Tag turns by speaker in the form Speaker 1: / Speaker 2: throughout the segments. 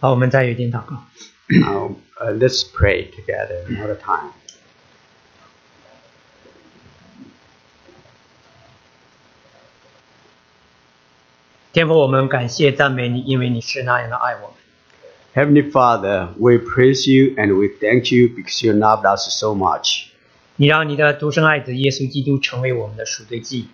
Speaker 1: 好，我们再有一点祷告。
Speaker 2: Now, uh, let's pray together another time.
Speaker 1: 天父，我们感谢赞美你，因为你是那样的爱我们。
Speaker 2: Heavenly Father, we praise you and we thank you because you loved us so much.
Speaker 1: 你让你的独生爱子耶稣基督成为我们的赎罪祭，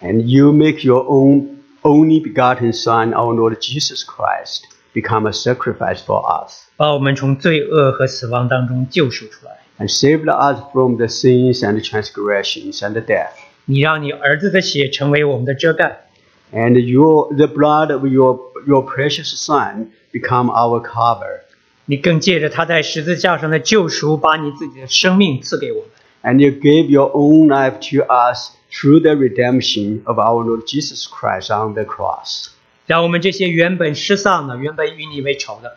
Speaker 2: And you make your own only begotten Son, our Lord Jesus Christ, become a sacrifice for us
Speaker 1: 把我们从罪恶和死亡当中救赎出来。
Speaker 2: and saved us from the sins and transgressions and the death.
Speaker 1: 你让你儿子的血成为我们的遮盖，
Speaker 2: And your, the blood of your, your precious Son become our cover.
Speaker 1: 你更借着他在十字架上的救赎，把你自己的生命赐给我们。
Speaker 2: And you gave your own life to us through the redemption of our Lord Jesus Christ on the cross.
Speaker 1: 让我们这些原本失丧的、原本与你为仇的，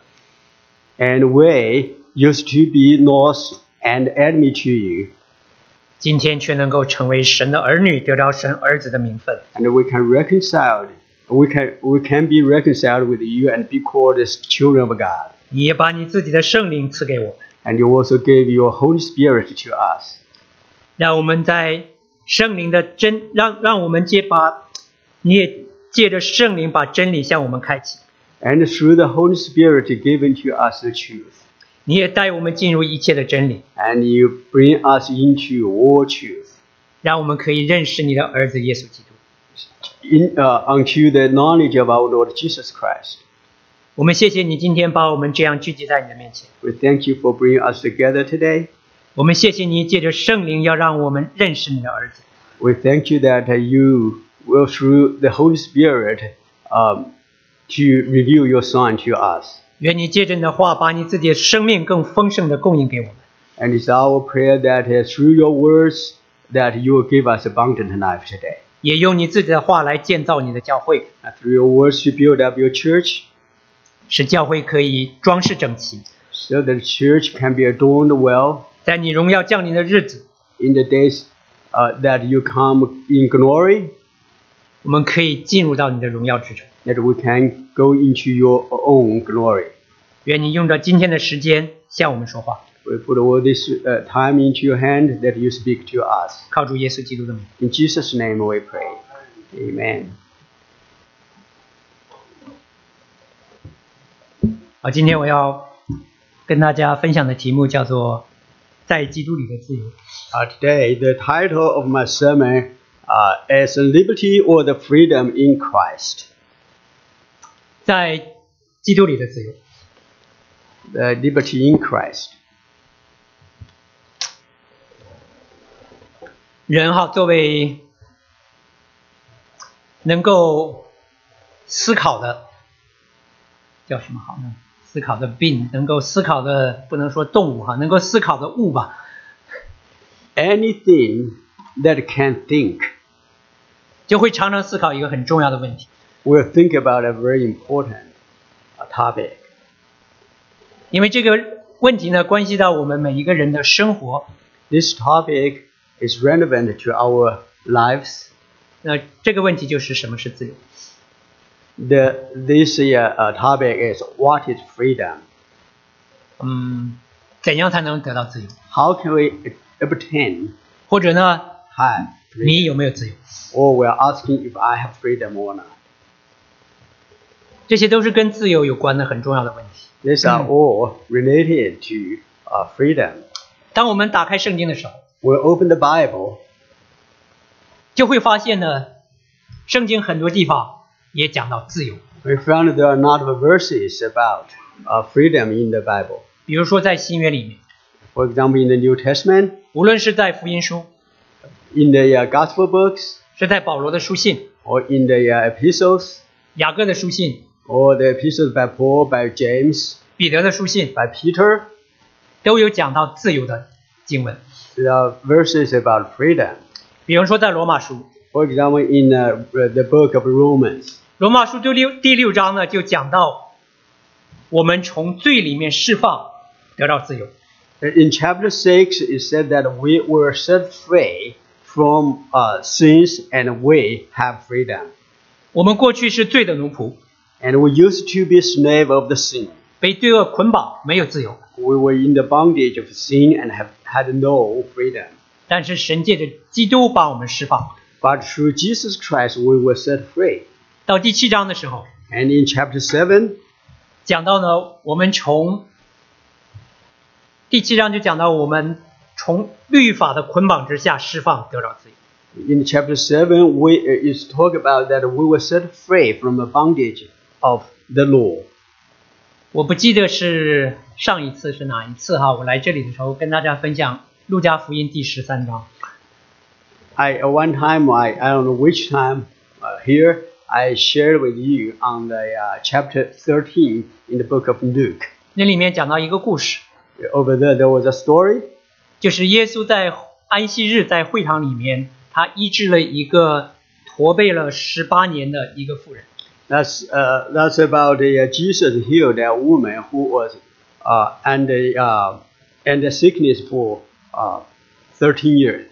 Speaker 2: And we used to be lost and enemy to you,
Speaker 1: 今天却能够成为神的儿女，得到神儿子的名分。
Speaker 2: and we can reconcile. We can we can be reconciled with you and be called as children of God.
Speaker 1: 你也把你自己的圣灵赐给我们，
Speaker 2: And you also gave your Holy Spirit to us,
Speaker 1: 让我们在圣灵的真，让让我们借把，你也借着圣灵把真理向我们开启，
Speaker 2: and through the Holy Spirit given to us the truth.
Speaker 1: 你也带我们进入一切的真理，
Speaker 2: And you bring us into all truth.
Speaker 1: 让我们可以认识你的儿子耶稣基督。
Speaker 2: in, uh, unto the knowledge of our Lord Jesus Christ.
Speaker 1: 我们谢谢你今天把我们这样聚集在你的面前，
Speaker 2: We thank you for bringing us together today.
Speaker 1: 我们谢谢你借着圣灵要让我们认识你的儿子，
Speaker 2: We thank you that uh, you will, through the Holy Spirit, um, to reveal your Son to us.
Speaker 1: 愿你借着你的话把你自己的生命更丰盛的供应给我们。
Speaker 2: And it's our prayer that uh, through your words, that you will give us abundant life today.
Speaker 1: 也用你自己的话来建造你的教会，
Speaker 2: And through your words, you build up your church,
Speaker 1: 使教会可以装饰整齐。
Speaker 2: so that the church can be adorned well
Speaker 1: 在你荣耀降临的日子，
Speaker 2: in the days uh, that you come in glory,
Speaker 1: 我们可以进入到你的荣耀之中。
Speaker 2: that we can go into your own glory.
Speaker 1: 愿你用着今天的时间向我们说话，
Speaker 2: We put all this uh, time into your hand that you speak to us.
Speaker 1: 靠住耶稣基督的名。
Speaker 2: In Jesus' name we pray. Amen.
Speaker 1: 好，今天我要跟大家分享的题目叫做“在基督里的自由
Speaker 2: Uh, today, the title of my sermon uh, is Liberty or the Freedom in Christ. ”，
Speaker 1: 在基督里的自由。
Speaker 2: The Liberty in Christ.
Speaker 1: 人哈，作为能够思考的，叫什么好呢？思考的病，能够思考的，不能说动物哈，能够思考的物吧。
Speaker 2: Anything that can think
Speaker 1: 就会常常思考一个很重要的问题，
Speaker 2: will think about a very important uh, topic.
Speaker 1: 因为这个问题呢，关系到我们每一个人的生活。
Speaker 2: This topic is relevant to our lives.
Speaker 1: 那这个问题就是什么是自由？
Speaker 2: The, this uh, uh, topic is what is freedom?
Speaker 1: 嗯，怎样才能得到自由？
Speaker 2: how can we obtain
Speaker 1: 或者呢，
Speaker 2: time?
Speaker 1: 你有没有自由？
Speaker 2: Or we're asking if I have freedom or not.
Speaker 1: 这些都是跟自由有关的很重要的问题。
Speaker 2: These are all related to uh, freedom.
Speaker 1: 当我们打开圣经的时候，
Speaker 2: We open the Bible
Speaker 1: 就会发现呢，圣经很多地方也讲到自由，
Speaker 2: we found there are a lot of verses about uh, freedom in the Bible.
Speaker 1: 比如说在新约里面，
Speaker 2: For example, in the New Testament,
Speaker 1: 无论是在福音书，
Speaker 2: in the uh, Gospel books,
Speaker 1: 是在保罗的书信、
Speaker 2: or in the uh, epistles,
Speaker 1: 雅各的书信、
Speaker 2: or the epistles by Paul, by James,
Speaker 1: 彼得的书信，
Speaker 2: by Peter,
Speaker 1: 都有讲到自由的经文。
Speaker 2: there are verses about freedom.
Speaker 1: 比如说在罗马书，
Speaker 2: For example, in uh, the book of Romans,
Speaker 1: 罗马书第六第六章呢，就讲到我们从罪里面释放，得到自由。
Speaker 2: Uh, In chapter 6, it said that we were set free from uh, sins and we have freedom.
Speaker 1: 我们过去是罪的奴仆，
Speaker 2: And we used to be slave of the sin.
Speaker 1: 被罪恶捆绑，没有自由。
Speaker 2: We were in the bondage of sin and have had no freedom.
Speaker 1: 但是神借着基督把我们释放。
Speaker 2: But through Jesus Christ, we were set free.
Speaker 1: 到第七章的时候，
Speaker 2: And in chapter 7,
Speaker 1: 讲到呢，我们从第七章就讲到我们从律法的捆绑之下释放得到自由。
Speaker 2: in chapter 7, we uh, is talk about that we were set free from the bondage of the law.
Speaker 1: 我不记得是上一次是哪一次哈，我来这里的时候跟大家分享《路加福音》第十三章，
Speaker 2: I at one time, I, I don't know which time uh, here, I shared with you on the uh, chapter 13 in the book of Luke.
Speaker 1: 那里面讲到一个故事，
Speaker 2: Over there, there was a story
Speaker 1: 就是耶稣在安息日在会堂里面，他医治了一个驼背了十八年的一个妇人。
Speaker 2: That's uh, that's about uh, Jesus healed a woman who was uh, under uh, under sickness for uh, thirteen years.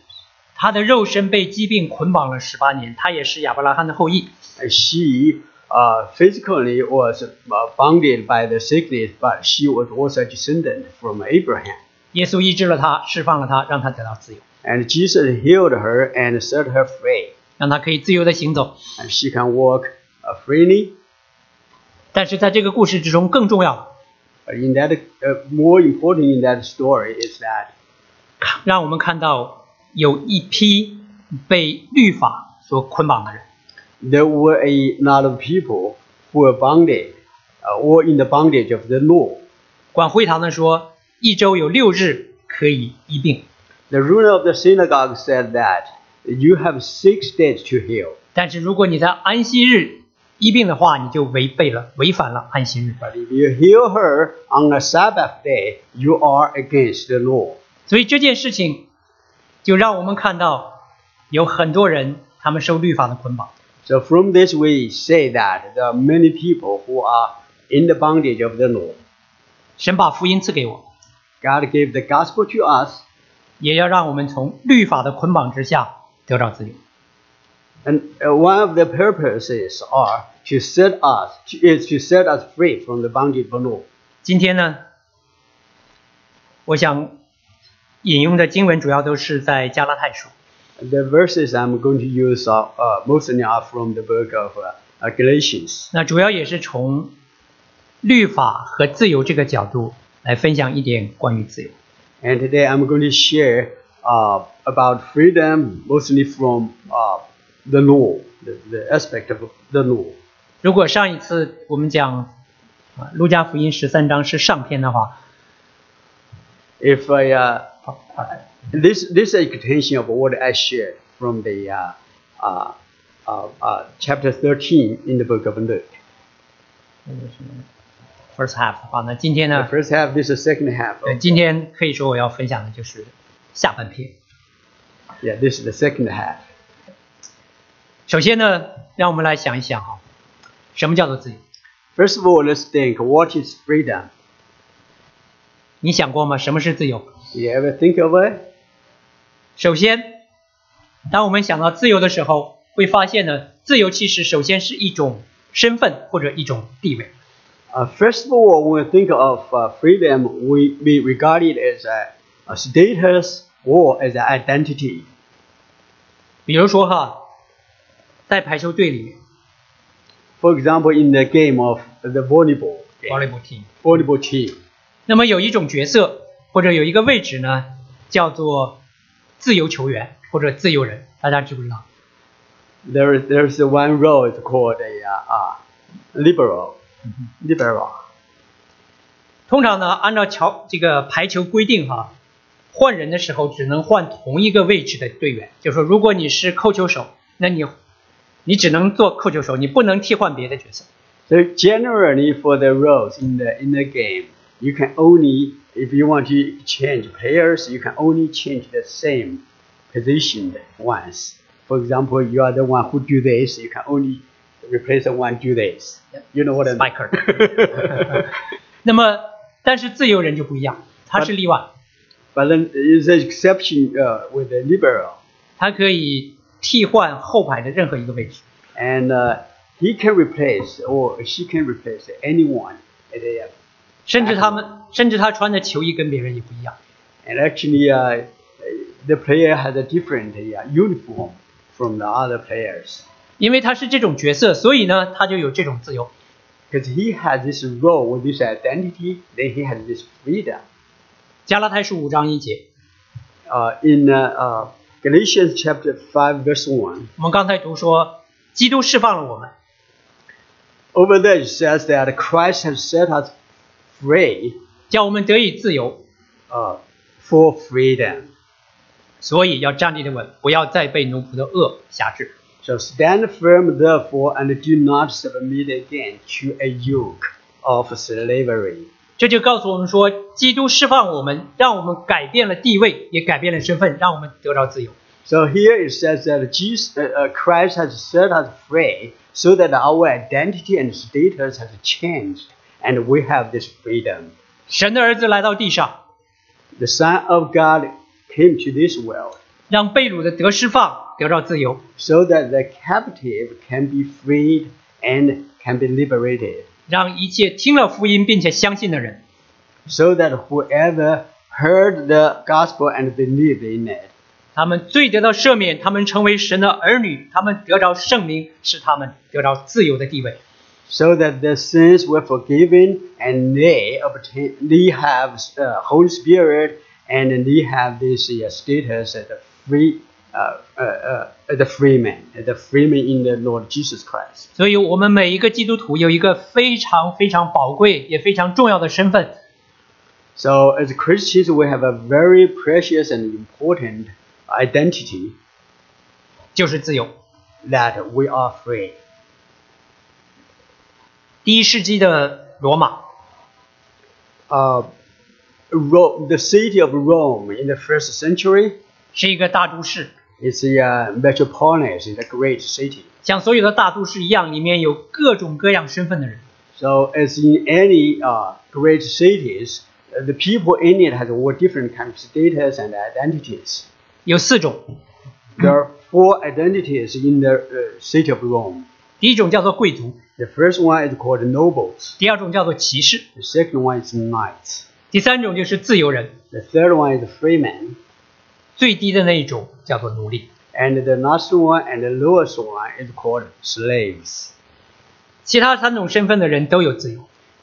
Speaker 1: 他的肉身被疾病捆绑了十八年，他也是亚伯拉罕的后裔。
Speaker 2: And she uh, physically was uh, bounded by the sickness, but she was also a descendant from Abraham.
Speaker 1: 耶稣医治了他，释放了他，让他得到自由，
Speaker 2: And Jesus healed her and set her free,
Speaker 1: 让他可以自由的行走。
Speaker 2: and she can walk uh, freely.
Speaker 1: 但是在这个故事之中，更重要的，
Speaker 2: But In that, uh, more important in that story is that
Speaker 1: 看让我们看到有一批被律法所捆绑的人，
Speaker 2: there were a lot of people who were bonded uh, or in the bondage of the law.
Speaker 1: 管会堂的说，一周有六日可以医病，
Speaker 2: The ruler of the synagogue said that you have six days to heal,
Speaker 1: 但是如果你在安息日医病的话，你就违背了、违反了安息日。
Speaker 2: but if you heal her on a Sabbath day, you are against the law.
Speaker 1: 所以这件事情就让我们看到，有很多人他们受律法的捆绑。
Speaker 2: So from this we say that there are many people who are in the bondage of the law.
Speaker 1: 神把福音赐给我，
Speaker 2: God gave the gospel to us,
Speaker 1: 也要让我们从律法的捆绑之下得到自由。
Speaker 2: and uh, one of the purposes are to set us is to set us free from the bondage of the law.
Speaker 1: 今天呢，我想引用的经文主要都是在加拉太书。
Speaker 2: The verses I'm going to use are uh, mostly are from the book of uh, uh, Galatians.
Speaker 1: 那主要也是从律法和自由这个角度来分享一点关于自由。
Speaker 2: And today I'm going to share uh, about freedom, mostly from uh, the law, the, the aspect of the law.
Speaker 1: 如果上一次我们讲啊《路加福音》十三章是上篇的话，
Speaker 2: If I, uh, this this is extension of what I shared from the uh, uh, uh, uh, chapter 13 in the book of Luke.
Speaker 1: 呃 first half 的话，那今天
Speaker 2: The
Speaker 1: 呢，
Speaker 2: first half, this is the second half.
Speaker 1: 呃，
Speaker 2: Of,
Speaker 1: 今天可以说我要分享的就是下半篇。
Speaker 2: yeah, this is the second half.
Speaker 1: 首先呢，让我们来想一想哈，什么叫做自由？
Speaker 2: First of all, let's think what is freedom?
Speaker 1: 你想过吗？什么是自由？
Speaker 2: You ever think of it?
Speaker 1: 首先，当我们想到自由的时候，会发现呢，自由其实首先是一种身份或者一种地位。
Speaker 2: Uh, first of all, when we think of uh, freedom, we, we regard it as a, a status or as an identity.
Speaker 1: 比如说哈，在排球队里面
Speaker 2: For example, in the game of the volleyball, game,
Speaker 1: ，volleyball team，
Speaker 2: volleyball team,
Speaker 1: 那么有一种角色或者有一个位置呢，叫做自由球员或者自由人，大家知不知道？
Speaker 2: there is there's one role it's called a uh, uh, liberal, liberal.
Speaker 1: 通常呢，按照乔这个排球规定哈，换人的时候只能换同一个位置的队员。就是说，如果你是扣球手，那你你只能做扣球手，你不能替换别的角色。
Speaker 2: So generally, for the roles in the in the game, you can only if you want to change players, you can only change the same position once. For example, you are the one who do this, you can only replace the one do this. You know what I mean?
Speaker 1: Spiker。那么，但是自由人就不一样，他是例外，
Speaker 2: But then it's an exception uh, with the liberal,
Speaker 1: 他可以替换后排的任何一个位置。
Speaker 2: and uh, he can replace or she can replace anyone at a
Speaker 1: 甚至他们甚至他穿的球衣跟别人也不一样。
Speaker 2: And actually, uh, the player has a different uh, uniform from the other players
Speaker 1: 因为他是这种角色，所以呢，他就有这种自由。
Speaker 2: because he has this role, this identity, then he has this freedom.
Speaker 1: 加拉太书五章一节，
Speaker 2: Uh, in uh, uh, Galatians chapter 5, verse 1,
Speaker 1: 我们刚才读说，基督释放了我们，
Speaker 2: over there it says that Christ has set us free
Speaker 1: 叫我们得以自由，
Speaker 2: uh, for freedom.
Speaker 1: 所以要站立的稳，不要再被奴仆的恶辖制。
Speaker 2: So stand firm, therefore, and do not submit again to a yoke of slavery.
Speaker 1: 这就告诉我们说，基督释放我们，让我们改变了地位，也改变了身份，让我们得着自由。
Speaker 2: So here it says that Jesus, uh, uh, Christ has set us free so that our identity and status has changed and we have this freedom.
Speaker 1: 神的儿子来到地上，
Speaker 2: The Son of God came to this world
Speaker 1: 让被掳的得释放，得着自由，
Speaker 2: so that the captive can be freed and can be liberated,
Speaker 1: 让一切听了福音并且相信的人
Speaker 2: so that whoever heard the gospel and believed in it
Speaker 1: 他们罪得到赦免，他们成为神的儿女，他们得着圣灵，使他们得着自由的地位。
Speaker 2: so that their sins were forgiven and they obtain they have uh, Holy Spirit and they have this uh, status as a free uh, uh, uh, the free man, the free man in the Lord Jesus Christ.
Speaker 1: 所以，我们每一个基督徒有一个非常非常宝贵也非常重要的身份，
Speaker 2: So as Christians, we have a very precious and important identity
Speaker 1: 就是自由。
Speaker 2: that we are free.
Speaker 1: 第一世纪的罗马，
Speaker 2: Uh, Rome, the city of Rome in the first century
Speaker 1: 是一个大都市，
Speaker 2: is a uh, metropolis, is a great city.
Speaker 1: 像所有的大都市一样，里面有各种各样身份的人。
Speaker 2: So as in any uh, great cities, uh, the people in it has all different kinds of status and identities.
Speaker 1: 有四种，
Speaker 2: There are four identities in the uh, city of Rome.
Speaker 1: 第一种叫做贵族，
Speaker 2: The first one is called nobles.
Speaker 1: 第二种叫做骑士，
Speaker 2: The second one is knights.
Speaker 1: 第三种就是自由人，
Speaker 2: The third one is freemen.
Speaker 1: 最低的那一种叫做奴隶。
Speaker 2: And the last one and the lowest one is called slaves.
Speaker 1: 其他三种身份的人都有自由。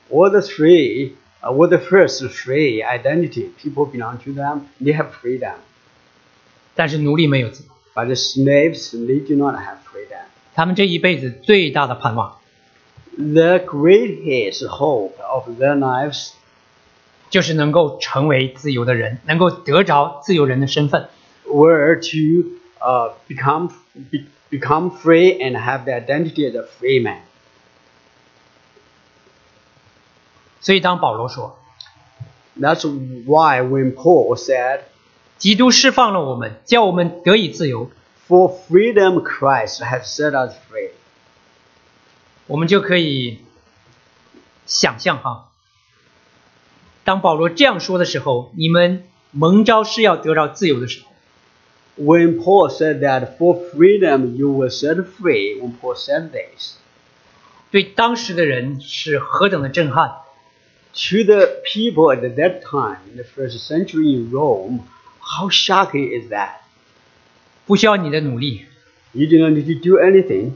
Speaker 2: All the three, uh, all the first three identity, people belong to them, they have freedom.
Speaker 1: 但是奴隶没有自由。
Speaker 2: But the slaves, they do not have freedom.
Speaker 1: 他们这一辈子最大的盼望
Speaker 2: The greatest hope of their lives
Speaker 1: 就是能够成为自由的人，能够得着自由人的身份。
Speaker 2: were to uh, become be, become free and have the identity as a free man.
Speaker 1: 所以，当保罗说
Speaker 2: That's why when Paul said,
Speaker 1: 基督释放了我们，叫我们得以自由，
Speaker 2: "For freedom Christ has set us free,"
Speaker 1: 我们就可以想象哈，当保罗这样说的时候，你们蒙召是要得着自由的时候，
Speaker 2: when Paul said that for freedom you were set free, when Paul said this
Speaker 1: 对当时的人是何等的震撼！
Speaker 2: to the people at that time in the first century in Rome, how shocking is that?
Speaker 1: 不需要你的努力，
Speaker 2: You do not need to do anything.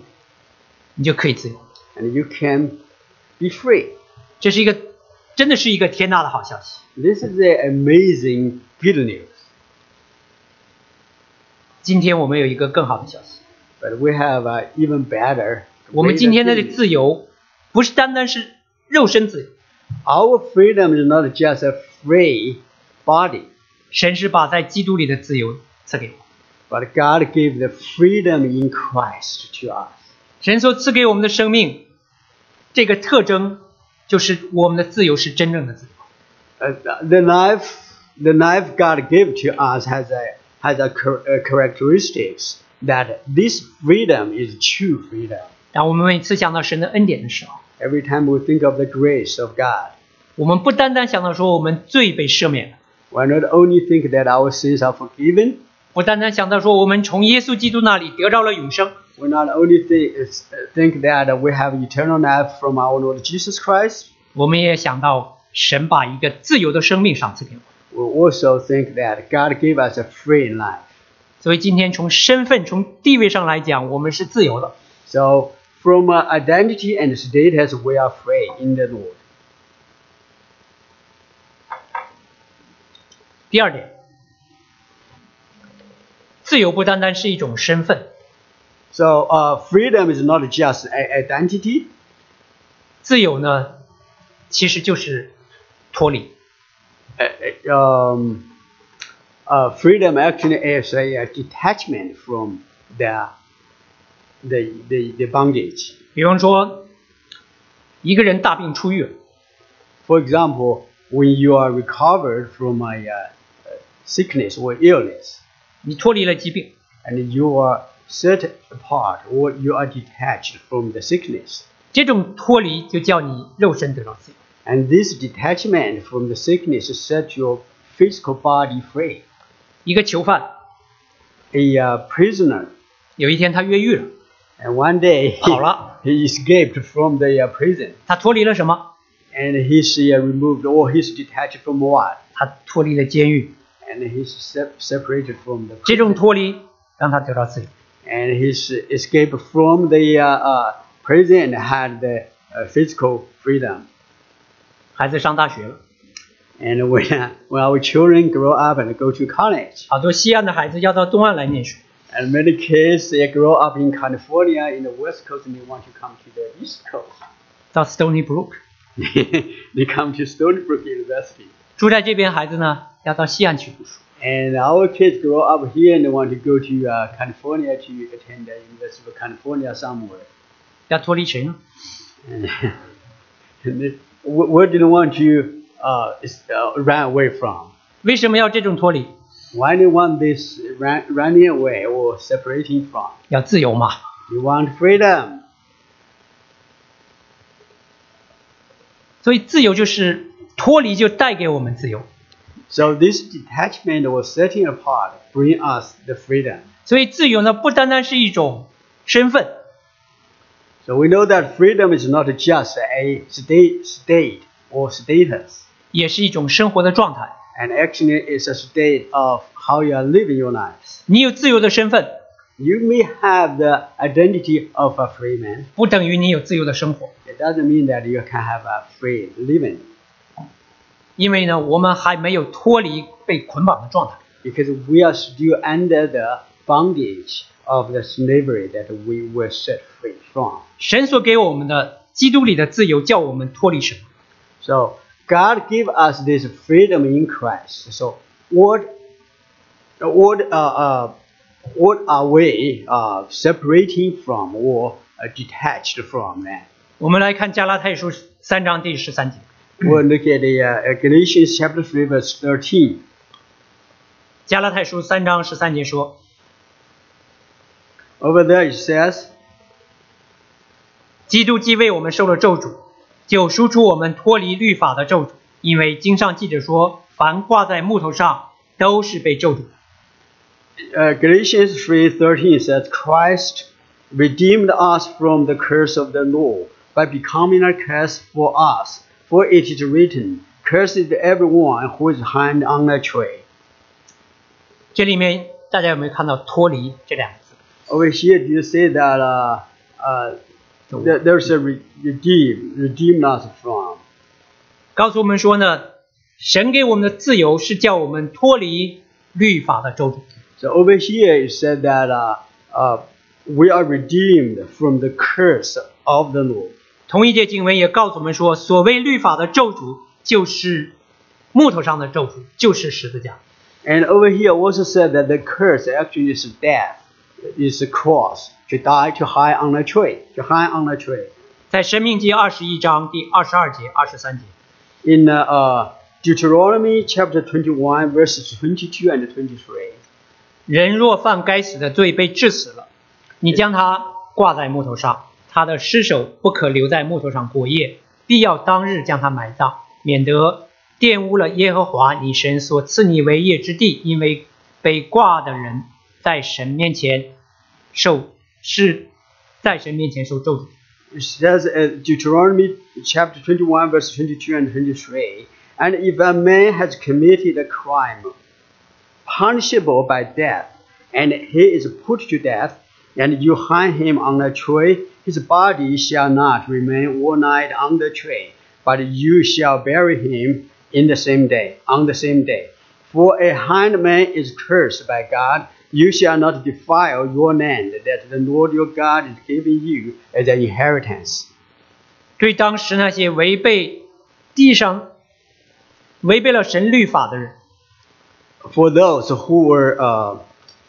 Speaker 1: 你就可以自由。
Speaker 2: and you can be free.
Speaker 1: 这是一个，真的是一个天大的好消息。
Speaker 2: This is the amazing good news.
Speaker 1: 今天我们有一个更好的消息，
Speaker 2: But we have uh, even better.
Speaker 1: 我们今天的
Speaker 2: freedom.
Speaker 1: 自由不是单单是肉身自由，
Speaker 2: Our freedom is not just a free body,
Speaker 1: 神是把在基督里的自由赐给我们。
Speaker 2: but God gave the freedom in Christ to us.
Speaker 1: 神所赐给我们的生命，这个特征就是我们的自由是真正的自由。
Speaker 2: Uh, the life, the life God gave to us has a has a, char- uh characteristics that this freedom is true freedom.
Speaker 1: 当我们每次想到神的恩典的时候，
Speaker 2: Every time we think of the grace of God,
Speaker 1: 我们不单单想到说我们罪被赦免了，
Speaker 2: we not only think that our sins are forgiven,
Speaker 1: 不单单想到说我们从耶稣基督那里得到了永生，
Speaker 2: We not only think, think that we have eternal life from our Lord Jesus Christ,
Speaker 1: 我们也想到神把一个自由的生命赏赐给我。
Speaker 2: We also think that God gave us a free life.
Speaker 1: 所以今天从身份、从地位上来讲，我们是自由的。
Speaker 2: So from our identity and status, we are free in the Lord.
Speaker 1: 第二点，自由不单单是一种身份，
Speaker 2: So uh, freedom is not just an identity.
Speaker 1: 自由呢，其实就是脱离。
Speaker 2: Uh, um, uh, freedom actually is a, uh, detachment from the, the, the, the bondage.
Speaker 1: 比方说，一个人大病初愈了，
Speaker 2: For example, when you are recovered from a uh, sickness or illness,
Speaker 1: 你脱离了疾病，
Speaker 2: and you are set apart or you are detached from the sickness,
Speaker 1: 这种脱离就叫你肉身得到自由。
Speaker 2: and this detachment from the sickness set your physical body free.
Speaker 1: 一个囚犯
Speaker 2: A uh, prisoner,
Speaker 1: 有一天他越狱了，
Speaker 2: and one day
Speaker 1: 跑
Speaker 2: he,
Speaker 1: 了，
Speaker 2: he escaped from the uh, prison,
Speaker 1: 他脱离了什么？
Speaker 2: and he's uh, removed or he's detached from what,
Speaker 1: 他脱离了监狱。
Speaker 2: and he's sep- separated from the
Speaker 1: 这
Speaker 2: prison.
Speaker 1: 种脱离让他得到自由。
Speaker 2: and his escape from the uh, uh, prison had the uh, physical freedom.
Speaker 1: 孩子上大学了，
Speaker 2: And when, uh, when our children grow up and go to college,
Speaker 1: 好多西岸的孩子要到东岸来念书，
Speaker 2: and many kids they grow up in California in the West Coast and they want to come to the East Coast.
Speaker 1: 到 Stony Brook。
Speaker 2: they come to Stony Brook University.
Speaker 1: 住在这边孩子呢，要到西岸去读书。
Speaker 2: And our kids grow up here and they want to go to uh, California to attend the University of California somewhere.
Speaker 1: 要脱离谁呢？
Speaker 2: And, and they, wh- where do they want to uh, is- uh, run away from?
Speaker 1: 为什么要这种脱离？
Speaker 2: Why do you want this run, running away or separating from?
Speaker 1: 要自由嘛。
Speaker 2: You want freedom.
Speaker 1: 所以自由就是脱离，就带给我们自由。
Speaker 2: So this detachment or setting apart bring us the freedom.
Speaker 1: 所以自由呢，不单单是一种身份，
Speaker 2: So we know that freedom is not just a state, state or status,
Speaker 1: 也是一种生活的状态。
Speaker 2: and actually it's a state of how you are living your lives.
Speaker 1: 你有自由的身份，
Speaker 2: You may have the identity of a free man.
Speaker 1: 不等于你有自由的生活，
Speaker 2: It doesn't mean that you can have a free living
Speaker 1: 因为呢，我们还没有脱离被捆绑的状态。
Speaker 2: because we are still under the bondage of the slavery that we were set free from.
Speaker 1: 神所给我们的基督里的自由，叫我们脱离什么？
Speaker 2: So God give us this freedom in Christ. So what, what, uh, uh, what are we uh, separating from or uh, detached from that?
Speaker 1: 我们来看加拉太书三章第十三节，
Speaker 2: We'll look at the uh, Galatians chapter three verse thirteen.
Speaker 1: 加拉太书三章十三节说
Speaker 2: Over there it says,：“
Speaker 1: 基督既为我们受了咒诅，就赎出我们脱离律法的咒诅，因为经上记着说，凡挂在木头上都是被咒诅。
Speaker 2: uh, Galatians three thirteen says, Christ redeemed us from the curse of the law by becoming a curse for us. For it is written, Cursed is everyone who is hanged on a tree. ”
Speaker 1: 这里面大家有没有看到“脱离”这两个字？
Speaker 2: Over here, do you say that uh, uh, there- there's a re- redeem, redeemed us from?
Speaker 1: 告诉我们说呢，神给我们的自由是叫我们脱离律法的咒诅。
Speaker 2: So over here, it said that uh, uh, we are redeemed from the curse of the law.
Speaker 1: 同一节经文也告诉我们说，所谓律法的咒诅，就是木头上的咒诅，就是十字架。
Speaker 2: And over here also said that the curse actually is death, is a cross, to die, to hang on a tree, to hang on a tree.
Speaker 1: 在《生命记》二十一章第二十二节、二十三节，
Speaker 2: In uh, uh, Deuteronomy chapter 21, verses 22 and 23,
Speaker 1: 人若犯该死的罪，被致死了，你将他挂在木头上，他的尸首不可留在木头上过夜，必要当日将他埋葬，免得玷污了耶和华你神所赐你为业之地，因为被挂的人在神面前受是在神面前受咒诅。
Speaker 2: It says uh, Deuteronomy chapter 21, verse 22 and 23. And if a man has committed a crime punishable by death, and he is put to death, and you hang him on a tree, his body shall not remain all night on the tree, but you shall bury him in the same day, on the same day. For a hindman is cursed by God. You shall not defile your land that the Lord your God is giving you as an inheritance.
Speaker 1: 对当时那些违背地上违背了神律法的人，
Speaker 2: For those who were, uh,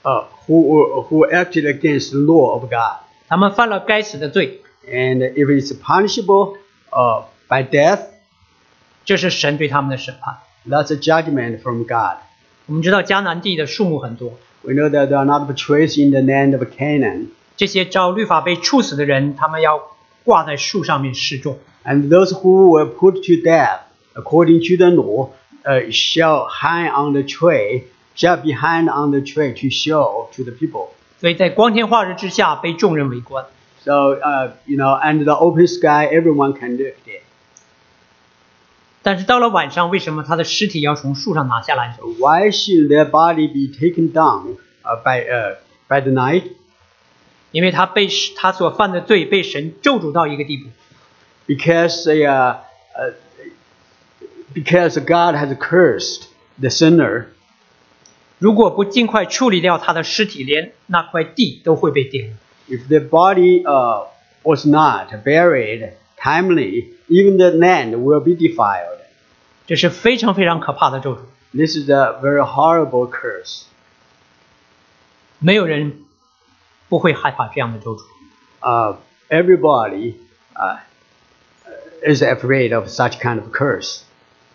Speaker 2: uh, who were, who acted against the law of God,
Speaker 1: 他们犯了该死的罪，
Speaker 2: and if it's punishable uh, by death,
Speaker 1: 这是神对他们的审判。
Speaker 2: that's a judgment from God.
Speaker 1: 我们知道迦南地的树木很多，
Speaker 2: We know that there are not trees in the land of Canaan,
Speaker 1: 这些遭律法被处死的人，他们要挂在树上面示众。
Speaker 2: and those who were put to death according to the law uh, shall hang on the tree, shall be hanged on the tree to show to the people.
Speaker 1: 所以在光天化日之下被众人围观。
Speaker 2: So uh, you know, under the open sky, everyone can look it.
Speaker 1: 但是到了晚上，为什么他的尸体要从树上拿下来呢？
Speaker 2: Why should their body be taken down uh, by uh, by the night?
Speaker 1: 因为他被他所犯的罪被神咒诅到一个地步，
Speaker 2: Because they, uh, uh, because God has cursed the sinner.
Speaker 1: 如果不尽快处理掉他的尸体，连那块地都会被玷污。
Speaker 2: If the body uh, was not buried timely, even the land will be defiled.
Speaker 1: 这是非常非常可怕的咒诅，
Speaker 2: This is a very horrible curse.
Speaker 1: 没有人不会害怕这样的咒诅。
Speaker 2: Uh, everybody uh, is afraid of such kind of curse.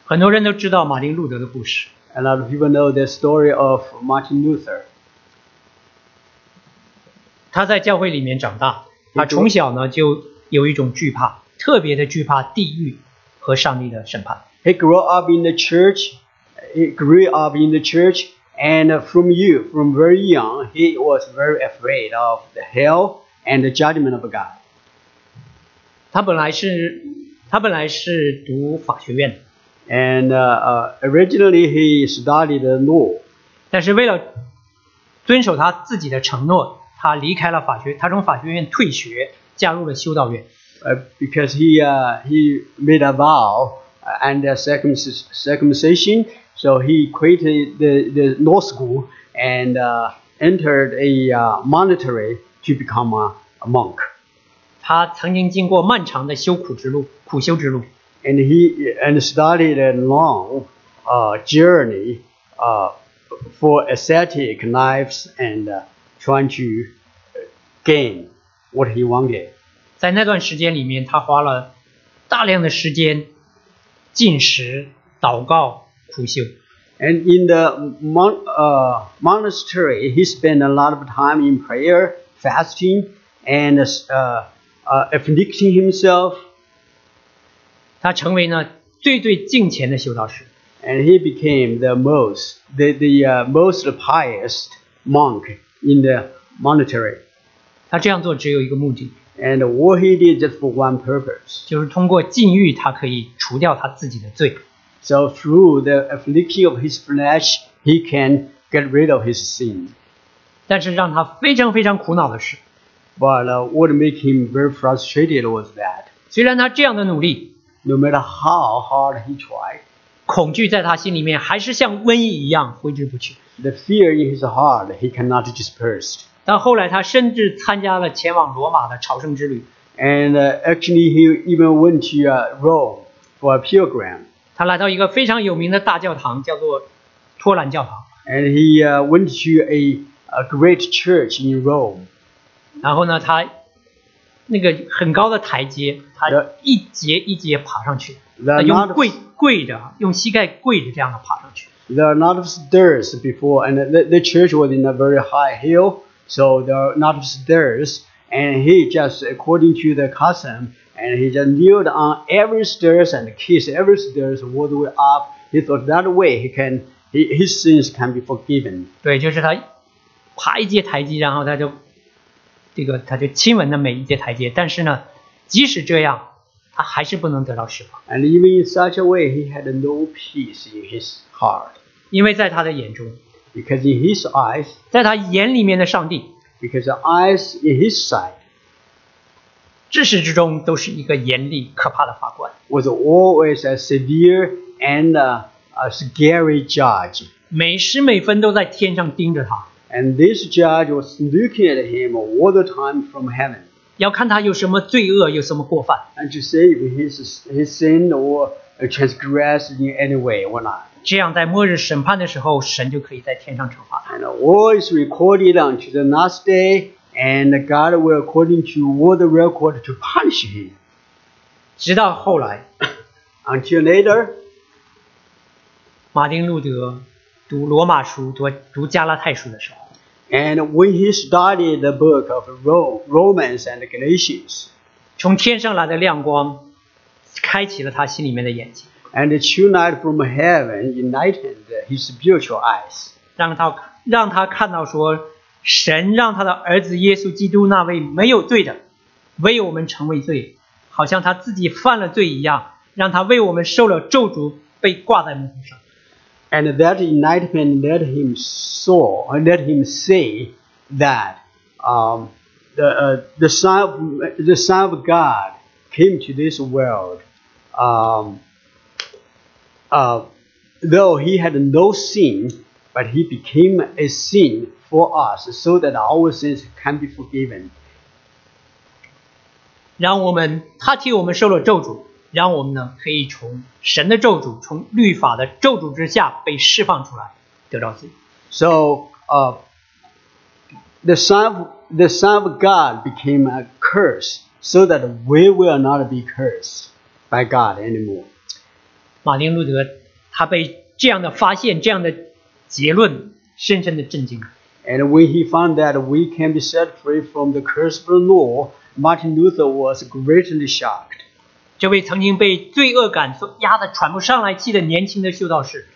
Speaker 1: 很多人都知道马丁路德的故事，
Speaker 2: A lot of people know the story of Martin Luther.
Speaker 1: 他在教会里面长大，他从小呢就有一种惧怕，特别的惧怕地狱和上帝的审判。
Speaker 2: He grew up in the church. He grew up in the church, and from you, from very young, he was very afraid of the hell and the judgment of God.
Speaker 1: 他本来是，他本来是读法学院的，
Speaker 2: And uh, uh, originally, he studied the law,
Speaker 1: 但是为了遵守他自己的承诺，他离开了法学，他从法学院退学，加入了修道院。
Speaker 2: uh, because he uh, he made a vow uh, under circumcis- circumcision. So he quitted the, the law school and uh, entered a uh, monastery to become a, a monk.
Speaker 1: 他曾经经过漫长的修苦之路，苦修之路，
Speaker 2: And he and started a long uh, journey uh, for ascetic lives and uh, trying to gain what he wanted.
Speaker 1: 在那段时间里面，他花了大量的时间进食、祷告、苦修。
Speaker 2: And in the mon- uh, monastery, he spent a lot of time in prayer, fasting, and uh, uh, afflicting himself.
Speaker 1: 他成为呢最最敬虔的修道士。
Speaker 2: And he became the most, the, the uh, most pious monk in the monastery.
Speaker 1: 他这样做只有一个目的，
Speaker 2: And what he did just for one purpose.
Speaker 1: 就是通过禁欲，他可以除掉他自己的罪。
Speaker 2: So through the affliction of his flesh, he can get rid of his sin.
Speaker 1: 但是让他非常非常苦恼的是，
Speaker 2: But uh, what made him very frustrated was that
Speaker 1: 虽然他这样的努力，
Speaker 2: no matter how hard he tried,
Speaker 1: 恐惧在他心里面还是像瘟疫一样挥之不去。
Speaker 2: The fear in his heart he cannot disperse.
Speaker 1: 但后来，他甚至参加了前往罗马的朝圣之旅。
Speaker 2: And uh, actually, he even went to uh, Rome for a pilgrim.
Speaker 1: 他来到一个非常有名的大教堂，叫做托兰教堂。
Speaker 2: And he uh, went to a, a great church in Rome.
Speaker 1: 然后呢，他那个很高的台阶，他
Speaker 2: 呃
Speaker 1: 一节一节爬上去，
Speaker 2: 那
Speaker 1: 他呃用
Speaker 2: 那
Speaker 1: 跪跪着，啊用膝盖跪着这样的爬上去。
Speaker 2: There are a lot of stairs before, and the, the church was in a very high hill, so there are a lot of stairs. And he just, according to the custom, and he just kneeled on every stairs and kissed every stairs all the way up. He thought that way he can, he, his sins can be forgiven.
Speaker 1: 对，就是他爬一阶台阶，然后他就这个他就亲吻的每一阶台阶，但是呢，即使这样，他还是不能得到释放，
Speaker 2: And even in such a way, he had no peace in his heart.
Speaker 1: 因为在他的眼中，
Speaker 2: Because in his eyes,
Speaker 1: 在他眼里面的上帝，
Speaker 2: because the eyes in his sight
Speaker 1: 至始至终都是一个严厉可怕的法官。
Speaker 2: was always a severe and a, a scary judge.
Speaker 1: 每时每分都在天上盯着他，
Speaker 2: And this judge was looking at him all the time from heaven.
Speaker 1: 要看他有什么罪恶，有什么过犯，
Speaker 2: and to see if he's, he's sinned or transgressed in any way or not.
Speaker 1: 这样在末日审判的时候，神就可以在天上惩罚他。
Speaker 2: And all is recorded unto the last day, and God will, according to all the record, to punish him.
Speaker 1: 直到后来，
Speaker 2: Until later,
Speaker 1: 马丁路德读罗马书、读读加拉太书的时候，
Speaker 2: and when he studied the book of Rome, Romans and Galatians,
Speaker 1: 从天上来的亮光，开启了他心里面的眼睛，
Speaker 2: and the true light from heaven enlightened his spiritual eyes,
Speaker 1: 让他让他看到说，神让他的儿子耶稣基督那位没有罪的，为我们成为罪，好像他自己犯了罪一样，让他为我们受了咒诅，被挂在木头上。
Speaker 2: and that enlightenment let him saw, or let him see that um, the uh, the son of, the son of God came to this world, um, uh, though he had no sin, but he became a sin for us, so that our sins can be forgiven.
Speaker 1: 让我们他替我们受了咒诅，让我们呢可以从神的咒诅，从律法的咒诅之下被释放出来，得到自由。
Speaker 2: So uh, the son of, the son of God became a curse, so that we will not be cursed by God anymore.
Speaker 1: 马丁路德他被这样的发现、这样的结论深深的震惊。
Speaker 2: And when he found that we can be set free from the curse of the law, Martin Luther was greatly shocked.
Speaker 1: 这位曾经被罪恶感所压得喘不上来气的年轻的修道士，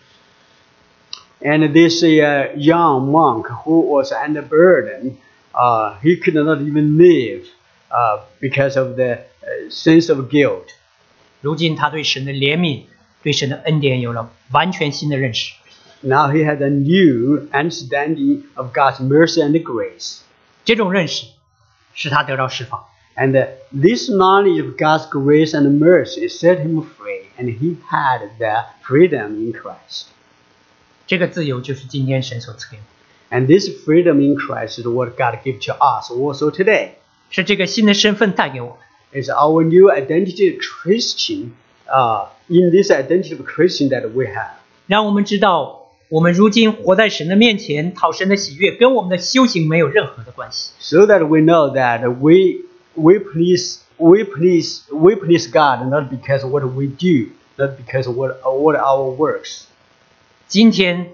Speaker 2: And this uh, young monk who was under burden, uh, he could not even live uh, because of the uh, sense of guilt.
Speaker 1: 如今他对神的怜悯、对神的恩典有了完全新的认识。
Speaker 2: Now he had a new understanding of God's mercy and grace.
Speaker 1: 这种认识使他得到释放，
Speaker 2: And uh, this knowledge of God's grace and mercy set him free, and he had the freedom in Christ.
Speaker 1: 这个自由就是今天神所赐给我们，
Speaker 2: And this freedom in Christ is what God gives to us also today.
Speaker 1: 是这个新的身份带给我们。
Speaker 2: It's our new identity of Christian, uh, in this identity of Christian that we have.
Speaker 1: 让我们知道，我们如今活在神的面前，讨神的喜悦，跟我们的修行没有任何的关系。
Speaker 2: So that we know that we, we please we please we please God not because of what we do, not because of what, what our works.
Speaker 1: 今天，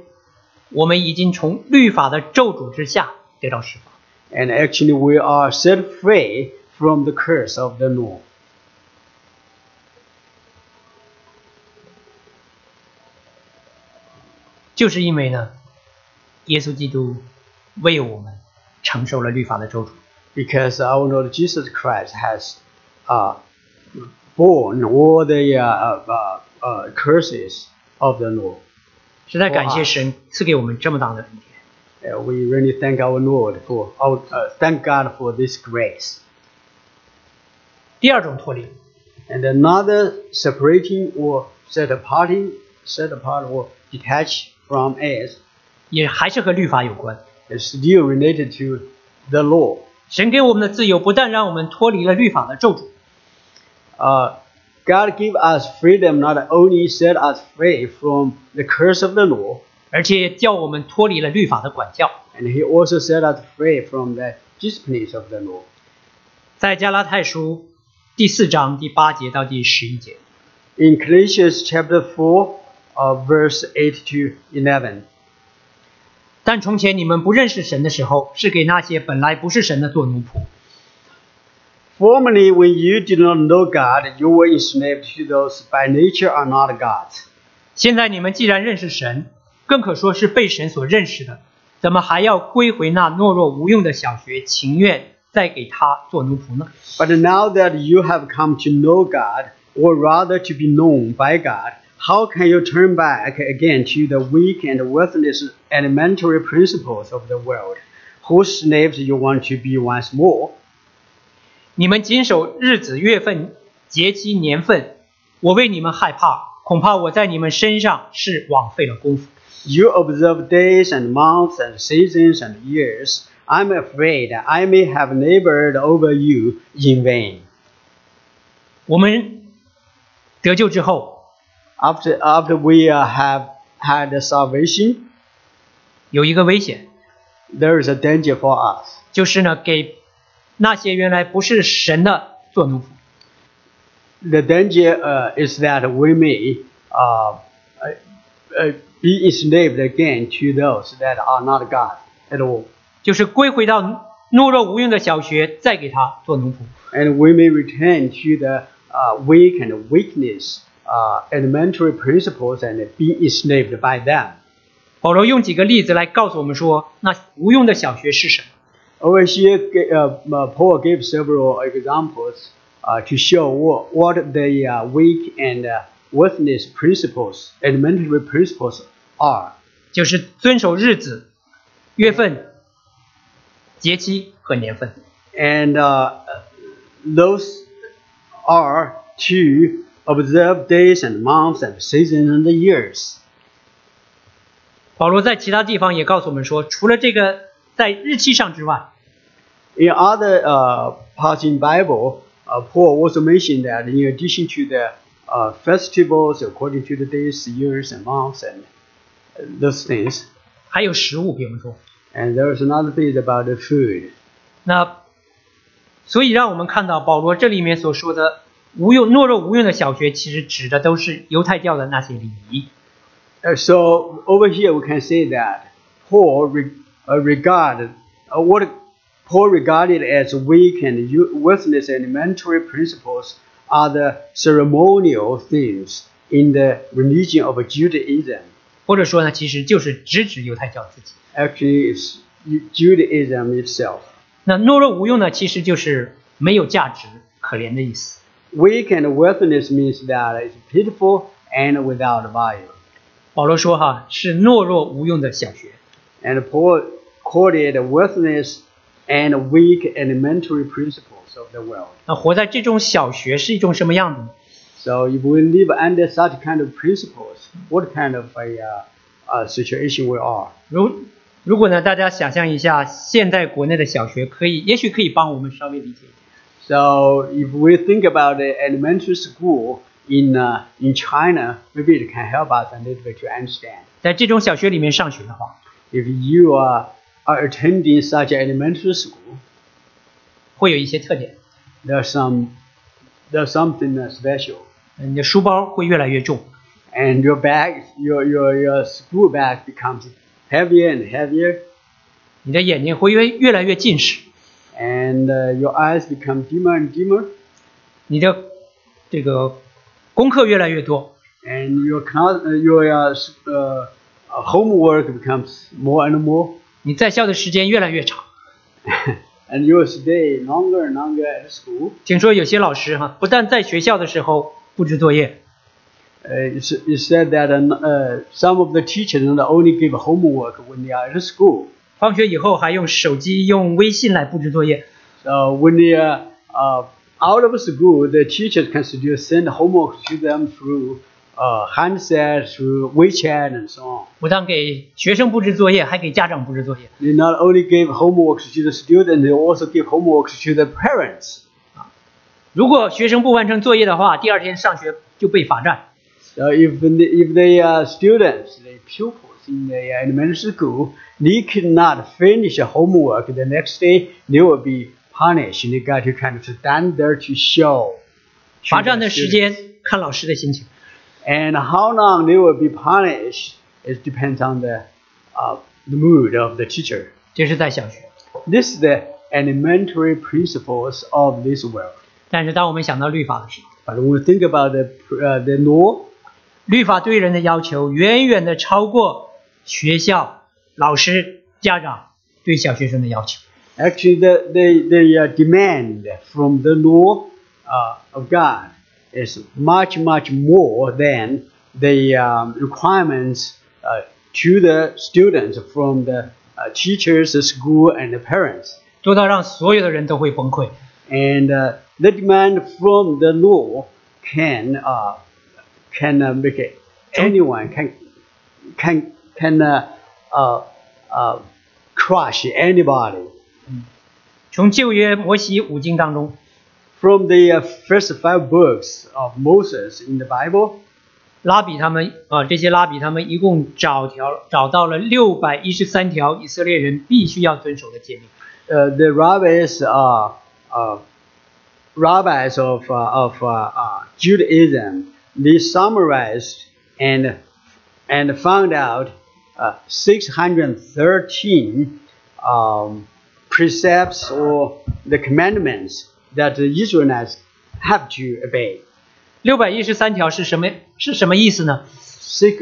Speaker 1: 我们已经从律法的咒诅之下得到释放。
Speaker 2: And actually we are set free from the curse of the law.
Speaker 1: 就是因为呢，耶稣基督为我们承受了律法的咒诅，
Speaker 2: because our Lord Jesus Christ has uh, borne all the uh, uh, uh, curses of the law.
Speaker 1: 实在感谢神赐给我们这么大的恩典。
Speaker 2: Uh, we really thank our Lord for our, uh, thank God for this grace.
Speaker 1: 第二种脱离，
Speaker 2: And another separating or set aparting, set apart or detached from us
Speaker 1: 也还是和律法有关。
Speaker 2: is still related to the law.
Speaker 1: 神给我们的自由，不但让我们脱离了律法的咒诅，
Speaker 2: Uh, God give us freedom not only set us free from the curse of the law,
Speaker 1: 而且叫我们脱离了律法的管教。
Speaker 2: and he also set us free from the disciplines of the law.
Speaker 1: 在加拉太书第四章第八节到第十一节，
Speaker 2: In Galatians chapter 4, uh, verse 8 to 11.
Speaker 1: 但从前你们不认识神的时候，是给那些本来不是神的做奴仆。
Speaker 2: Formerly, when you did not know God, you were enslaved to those by nature are not God's.
Speaker 1: 现在你们既然认识神，更可说是被神所认识的，怎么还要归回那懦弱无用的小学，情愿再给他做奴仆呢？
Speaker 2: But now that you have come to know God, or rather to be known by God, how can you turn back again to the weak and worthless elementary principles of the world, whose slaves you want to be once more?
Speaker 1: 你们谨守日子、月份、节期、年份，我为你们害怕，恐怕我在你们身上是枉费了功夫。
Speaker 2: You observe days and months and seasons and years. I'm afraid I may have labored over you in vain.
Speaker 1: 我们得救之后，
Speaker 2: After, after we uh, have had salvation,
Speaker 1: 有一个危险，
Speaker 2: there is a danger for us.
Speaker 1: 就是呢，给那些原来不是神的做奴仆。
Speaker 2: The danger uh, is that we may uh, uh, uh, be enslaved again to those that are not God at all.
Speaker 1: 就是归回到懦弱无用的小学，再给他做奴仆。
Speaker 2: And we may return to the uh, weak and weakness, uh, elementary principles, and be enslaved by them.
Speaker 1: 保罗用几个例子来告诉我们说，那无用的小学是什么？
Speaker 2: Over here, g- uh, uh, Paul gives several examples uh, to show what, what the uh, weak and uh, worthless principles, elementary principles, are.
Speaker 1: 就是遵守日子、月份、节期和年份。
Speaker 2: And uh, those are to observe days and months and seasons and years.
Speaker 1: 保罗在其他地方也告诉我们说，除了这个在日期上之外，
Speaker 2: In other uh, parts in Bible, uh, Paul also mentioned that in addition to the uh, festivals according to the days, years, and months, and those things,
Speaker 1: 还有食物，比方说，
Speaker 2: and there is another thing about the food.
Speaker 1: 那所以让我们看到保罗这里面所说的无用、懦弱无用的小学，其实指的都是犹太教的那些礼仪。
Speaker 2: Uh, so over here we can say that Paul re- uh, regarded uh, what Paul regarded as weak and u- worthless elementary principles are the ceremonial things in the religion of Judaism.
Speaker 1: 或者说呢，其实就是直指犹太教自己。
Speaker 2: Actually, it's Ju- Judaism itself.
Speaker 1: 那懦弱无用呢，其实就是没有价值、可怜的意思。
Speaker 2: Weak and worthless means that it's pitiful and without value.
Speaker 1: 保罗说哈，是懦弱无用的小学。
Speaker 2: And Paul called it worthless and weak elementary principles of the world.
Speaker 1: 那活在这种小学是一种什么样子呢？
Speaker 2: So if we live under such kind of principles, what kind of a uh, uh, situation we are?
Speaker 1: 如如果呢，大家想象一下，现在国内的小学可以，也许可以帮我们稍微理解一点。
Speaker 2: So if we think about the elementary school in uh, in China, maybe it can help us a little bit to understand.
Speaker 1: 在这种小学里面上学的话，
Speaker 2: If you are, are attending such an elementary school,
Speaker 1: 会有一些特点，
Speaker 2: there's some there's something uh, special,
Speaker 1: 呃你的书包会越来越重，
Speaker 2: and your bag, your your your school bag becomes heavier and heavier,
Speaker 1: 你的眼睛会越越来越近视，
Speaker 2: and uh, your eyes become dimmer and dimmer.
Speaker 1: 你的这个功课越来越多，
Speaker 2: and your con- uh, your uh, s- uh, uh, homework becomes more and more,
Speaker 1: 你在校的时间越来越长。
Speaker 2: and you stay longer and longer at school.
Speaker 1: 听说有些老师哈，不但在学校的时候布置作业，
Speaker 2: Uh, it's, it's said that uh, uh, some of the teachers only give homework when they are at school.
Speaker 1: 放学以后还用手机、用微信来布置作业，
Speaker 2: So when they are uh, out of school, the teachers can still send homework to them through uh, handset, through WeChat, and so on.
Speaker 1: 不但给学生布置作业，还给家长布置作业。
Speaker 2: They not only give homework to the student, they also give homework to the parents.
Speaker 1: 如果学生不完成作业的话，第二天上学就被罚站。
Speaker 2: So if the, if the uh, students, the pupils in the uh, elementary school, they cannot finish the homework the next day, they will be punished. They got to kind of stand there to show. to
Speaker 1: 罚站
Speaker 2: the
Speaker 1: 的时
Speaker 2: students.
Speaker 1: 间看老师的心情。
Speaker 2: And how long they will be punished, it depends on the, uh, the mood of the teacher.
Speaker 1: 这是在小学，
Speaker 2: This is the elementary principles of this world.
Speaker 1: 但是当我们想到律法的时候，
Speaker 2: But when we think about the, uh, the law,
Speaker 1: 律法对人的要求远远的超过学校、老师、家长对小学生的要求。
Speaker 2: Actually, the, the, the uh, demand from the law uh, of God is much, much more than the um, requirements uh, to the students from the uh, teachers, the school, and the parents.
Speaker 1: 多到让所有的人都会崩溃。
Speaker 2: And uh, the demand from the law can uh, can uh, make it anyone can can can uh, uh, uh, crush anybody.
Speaker 1: 从旧约摩西五经当中，
Speaker 2: From the uh, first five books of Moses in the Bible,
Speaker 1: 拉比他们啊、这些拉比他们一共找条找到了六百一十三条以色列人必须要遵守的诫命。
Speaker 2: uh, the rabbis uh, uh, rabbis of uh, of uh, uh, Judaism they summarized and and found out uh, 613 um, precepts or the commandments that the Israelites have to obey.
Speaker 1: 六百一十三条是什么是什么意思呢？
Speaker 2: Six,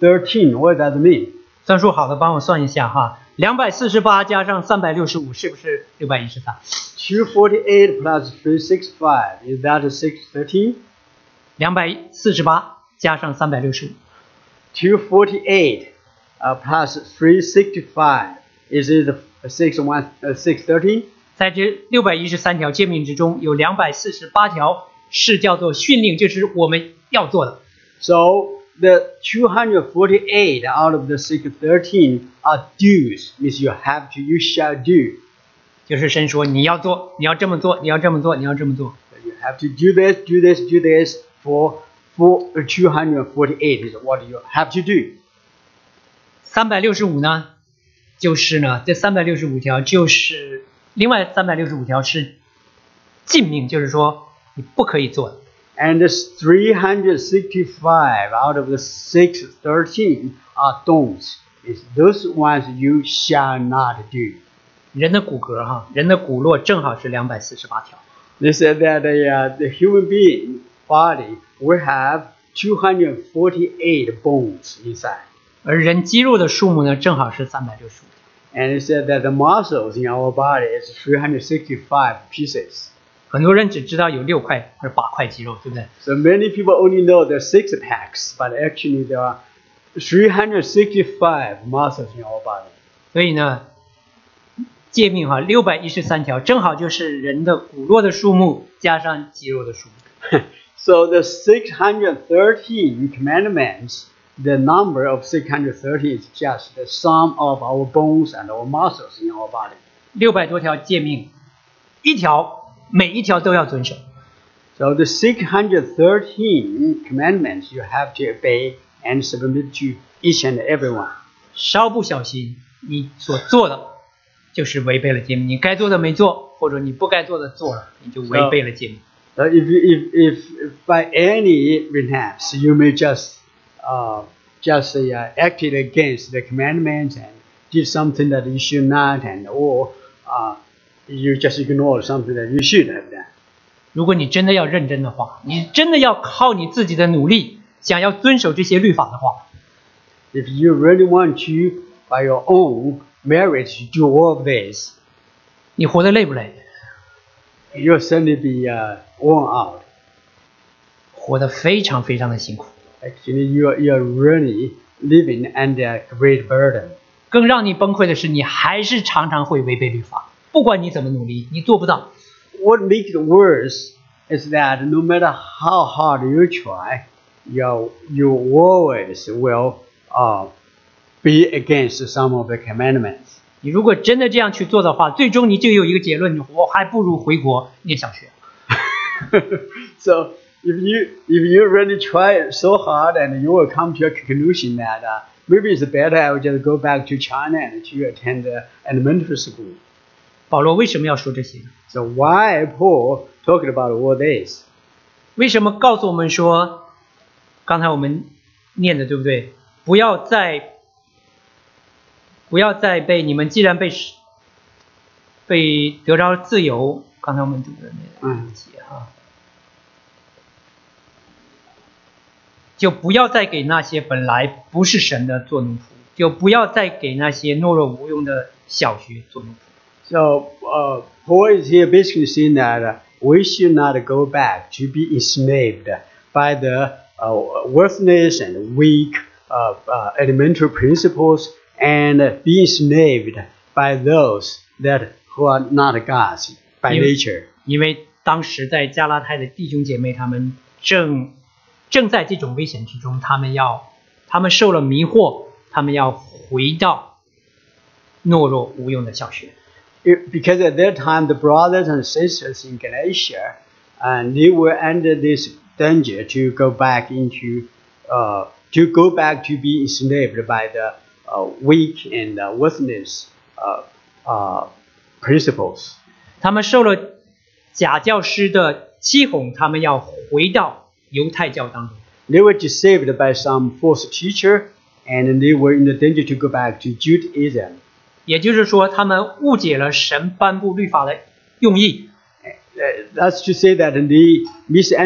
Speaker 2: 613, what does it mean?
Speaker 1: 算数好的帮我算一下哈，两百四十八加上三百六十五是不是六百一十三？
Speaker 2: 248 plus 365, is that 613?
Speaker 1: 两百四十八加上三百六十五，
Speaker 2: 248 uh, plus 365 is it 61 uh, 613
Speaker 1: 在这六百一十三条诫命之中，有两百四十八条是叫做训令，就是我们要做的。
Speaker 2: so the 248 out of the 613 are do's means you have to you shall do
Speaker 1: 就是神说你要做，你要这么做，你要这么做，你要这么做。
Speaker 2: So you have to do this do this do this for for 248 is what you have to do
Speaker 1: 三百六十五呢，就是呢，这三百六十五条就是另外三百六十五条是禁命，就是说你不可以做的。
Speaker 2: and this 365 out of the 613 are don'ts is those ones you shall not do
Speaker 1: 人的骨骼哈，人的骨络正好是两百四十八条。
Speaker 2: They said that the, uh, the human being body will have 248 bones inside.
Speaker 1: 而人肌肉的数目呢，正好是三百六十五。
Speaker 2: And it said that the muscles in our body is 365 pieces.
Speaker 1: 很多人只知道有六块或者八块肌肉，对不对？
Speaker 2: So many people only know the six packs, but actually there are 365 muscles in our body.
Speaker 1: 所以呢，诫命哈，六百一十三条正好就是人的骨络的数目加上肌肉的数目。
Speaker 2: So the 613 commandments, the number of 613 is just the sum of our bones and our muscles in our body.
Speaker 1: 六百多条诫命，一条每一条都要遵守。
Speaker 2: So the 613 commandments you have to obey and submit to each and every one.
Speaker 1: 稍不小心，你所做的就是违背了诫命。你该做的没做，或者你不该做的做了，你就违背了诫命。
Speaker 2: So if, you- if, if, if by any relapse you may just uh, just uh, acted against the commandments and did something that you should not and or uh, you just ignore something that you should have done.
Speaker 1: 如果你真的要认真的话，你真的要靠你自己的努力，想要遵守这些律法的话，
Speaker 2: If you really want to, by your own merit, to do all of this,
Speaker 1: 你活得累不累？
Speaker 2: you'll certainly be uh, worn out.
Speaker 1: 活得非常非常的辛苦。
Speaker 2: Actually, you are, you are really living under great burden.
Speaker 1: 更让你崩溃的是，你还是常常会违背律法，不管你怎么努力，你做不到。
Speaker 2: What makes it worse is that no matter how hard you try, you you always will uh, be against some of the commandments.
Speaker 1: 你如果真的这样去做的话，最终你就有一个结论：你我还不如回国念小学。
Speaker 2: so if you if you really try so hard and you will come to a conclusion that uh, maybe it's better I will just go back to China and to attend uh, elementary school.
Speaker 1: 保罗为什么要说这些呢？
Speaker 2: So why Paul talking about all this?
Speaker 1: 为什么告诉我们说，刚才我们念的对不对？不要再，不要再被你们既然被被得着自由，刚才我们读的那个啊
Speaker 2: 嗯
Speaker 1: 节哈，就不要再给那些本来不是神的做奴仆，就不要再给那些懦弱无用的小学做奴仆。
Speaker 2: So uh, Paul is here basically saying that uh, we should not go back to be enslaved by the uh, worthless and weak uh, uh, elemental principles and be enslaved by those that who are not gods by
Speaker 1: You-
Speaker 2: nature.
Speaker 1: 因为当时在加拉太的弟兄姐妹他们正正在这种危险之中，他们要他们受了迷惑，他们要回到懦弱无用的小学。
Speaker 2: It- because at that time the brothers and sisters in Galatia, and they were under this danger to go back into, uh, to go back to be enslaved by the uh, weak and uh, worthless uh, uh, principles.
Speaker 1: 他们受了假教师的欺哄，他们要回到犹太教当中。
Speaker 2: They were deceived by some false teacher, and they were in the danger to go back to Judaism.
Speaker 1: 也就是说，他们误解了神颁布律法的用意，
Speaker 2: Uh, That's to say that they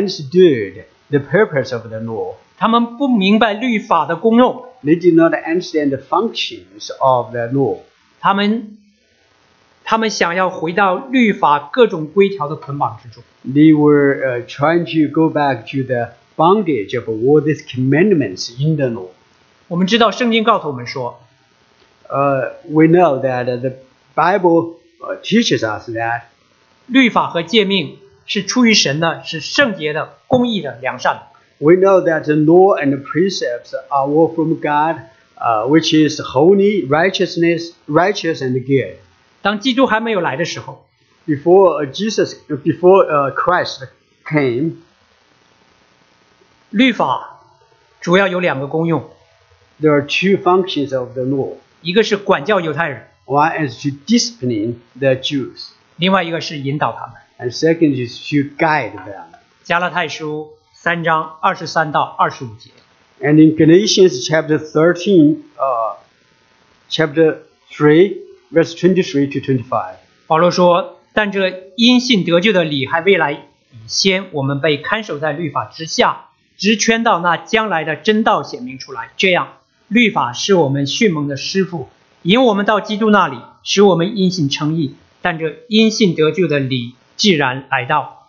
Speaker 2: misunderstood the purpose of the law.
Speaker 1: 他们不明白律法的功用，
Speaker 2: They did not understand the functions of the law.
Speaker 1: 他们他们想要回到律法各种规条的捆绑之中。
Speaker 2: They were uh, trying to go back to the bondage of all these commandments in the law.
Speaker 1: 我们知道圣经告诉我们说，
Speaker 2: Uh, we know that uh, the Bible uh, teaches us that
Speaker 1: 律法和诫命是出于神的，是圣洁的、公义的、良善的。
Speaker 2: we know that the law and the precepts are all from God, uh, which is holy, righteousness, righteous and good.
Speaker 1: 当基督还没有来的时候，
Speaker 2: Before uh, Jesus, before uh, Christ came,
Speaker 1: 律法主要有两个功用，
Speaker 2: there are two functions of the law.
Speaker 1: 一个是管教犹太人，
Speaker 2: One is to discipline the Jews,
Speaker 1: 另外一个是引导他们。
Speaker 2: and second is to guide them.
Speaker 1: 加拉太书三章二十三到二十五节，
Speaker 2: And in Galatians chapter 13, uh, chapter 3, verse 23 to 25.
Speaker 1: 保罗说：“但这因信得救的理还未来以先，我们被看守在律法之下，直圈到那将来的真道显明出来。这样，律法是我们训蒙的师傅，引我们到基督那里，使我们因信称义。但这因信得救的理既然来到，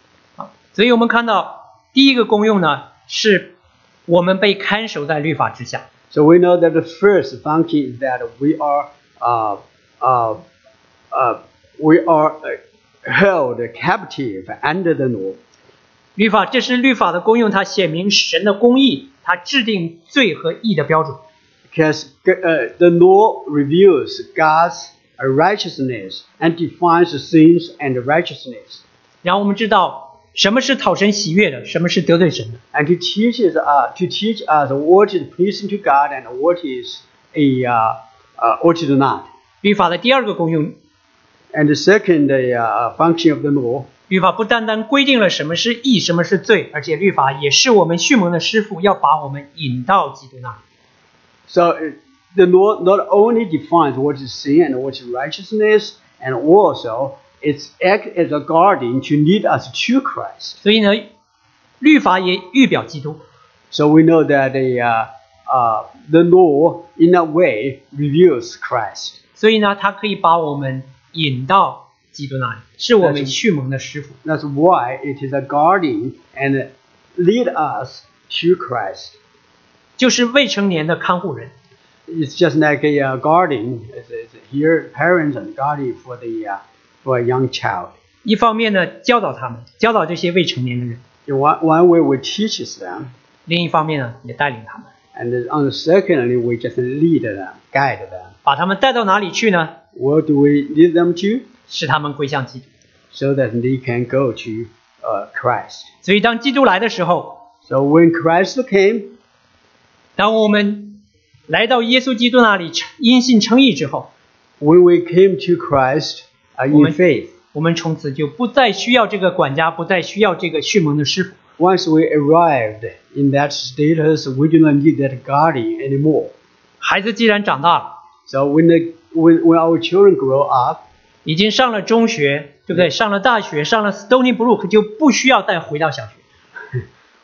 Speaker 1: 啊所以我们看到第一个功用呢，是我们被看守在律法之下。
Speaker 2: So we know that the first function is that we are uh, uh, uh, we are uh, held captive under the law.
Speaker 1: 律法，这是律法的功用，它显明神的公义，它制定罪和义的标准。
Speaker 2: Because uh, the law reveals God's righteousness and defines sins and righteousness.
Speaker 1: 然后我们知道什么是讨神喜悦的，什么是得罪神的。
Speaker 2: And it teaches us uh, to teach us what is pleasing to God and what is a uh, uh, what is not.
Speaker 1: 律法的第二个功用，
Speaker 2: And the second uh, function of the law
Speaker 1: 律法不单单规定了什么是义，什么是罪，而且律法也是我们训蒙的师傅，要把我们引到基督那里。
Speaker 2: So uh, the law not only defines what is sin and what is righteousness, and also it's act as a guardian to lead us to Christ.
Speaker 1: 所以呢，律法也预表基督。
Speaker 2: So we know that the uh, uh, the law, in a way, reveals Christ.
Speaker 1: 所以呢，它可以把我们引到基督那里，是我们蓄蒙的师傅。
Speaker 2: That's why it is a guardian and lead us to Christ.
Speaker 1: 就是未成年的看护人。
Speaker 2: It's just like a uh, guardian. It's, it's here, parents and guardian for the uh, for a young child.
Speaker 1: 一方面呢，教导他们，教导这些未成年的人；
Speaker 2: In one, one way, we teaches them.
Speaker 1: 另一方面呢，也带领他们，
Speaker 2: And then on the secondly, we just lead them, guide them.
Speaker 1: 把他们带到哪里去呢？
Speaker 2: Where do we lead them to?
Speaker 1: 使他们归向基督。
Speaker 2: So that they can go to uh, Christ.
Speaker 1: 所以，当基督来的时候，
Speaker 2: So when Christ came,
Speaker 1: 当我们来到耶稣基督那里因信称义之后，
Speaker 2: when we came to Christ uh, in
Speaker 1: Woman.
Speaker 2: faith,
Speaker 1: 我们从此就不再需要这个管家，不再需要这个蓄蒙的师傅。
Speaker 2: Once we arrived in that status, we do not need that guardian anymore.
Speaker 1: 孩子既然长大了，
Speaker 2: So when the when, when our children grow up,
Speaker 1: 已经上了中学，对不对？上了大学，上了 Stony Brook，就不需要再回到小学。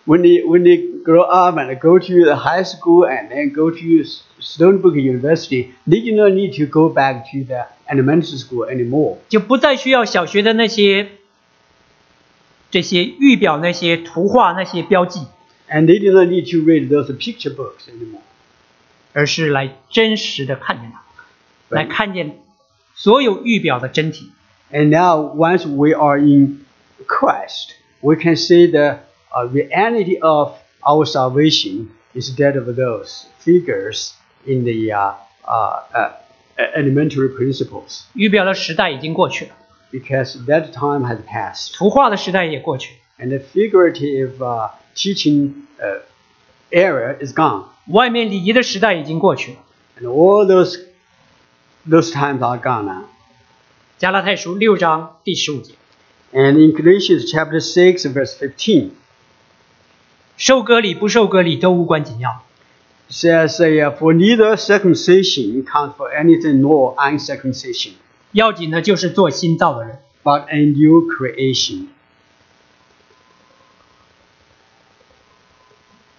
Speaker 2: when they when they grow up and go to the high school and then go to S- Stony Brook University, they do not need to go back to the elementary school anymore.
Speaker 1: 就不再需要小学的那些这些预表、那些图画、那些标记，
Speaker 2: And they do not need to read those picture books anymore.
Speaker 1: 而是来真实的看见它，
Speaker 2: Right.
Speaker 1: 来看见所有预表的真体。
Speaker 2: And now, once we are in Christ, we can see the uh, reality of our salvation instead of those figures in the uh, uh, uh, elementary principles,
Speaker 1: 预表的时代已经过去了，
Speaker 2: because that time has passed,
Speaker 1: 图画的时代也过去，
Speaker 2: and the figurative uh, teaching uh, era is gone,
Speaker 1: 外面礼仪的时代已经过去了。
Speaker 2: and all those those times are gone now.
Speaker 1: 加拉太书六章第十五节，
Speaker 2: And in Galatians chapter six, verse fifteen.
Speaker 1: 受割礼不受割礼都无关紧要，
Speaker 2: says, uh, For neither circumcision counts for anything nor uncircumcision,
Speaker 1: 要紧的就是做新造的人。
Speaker 2: but a new creation.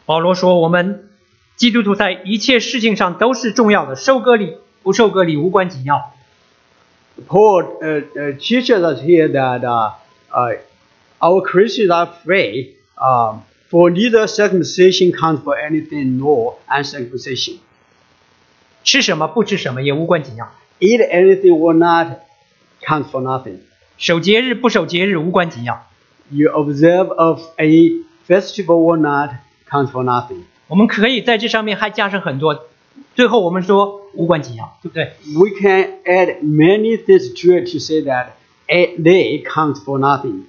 Speaker 1: 保罗说：“我们基督徒在一切事情上都是重要的，受割礼不受割礼无关紧要。
Speaker 2: Paul uh, uh, teaches us here that uh, uh, our Christians are free, um, for neither circumcision counts for anything nor uncircumcision.
Speaker 1: 吃什么不吃什么也无关紧要，
Speaker 2: Eat anything or not counts for nothing.
Speaker 1: 守节日不守节日无关紧要。
Speaker 2: You observe of a festival or not counts for nothing.
Speaker 1: 我们可以在这上面还加上很多。最后我们说无关紧要，对不对？
Speaker 2: we can add many things to it to say that eh, they count for nothing.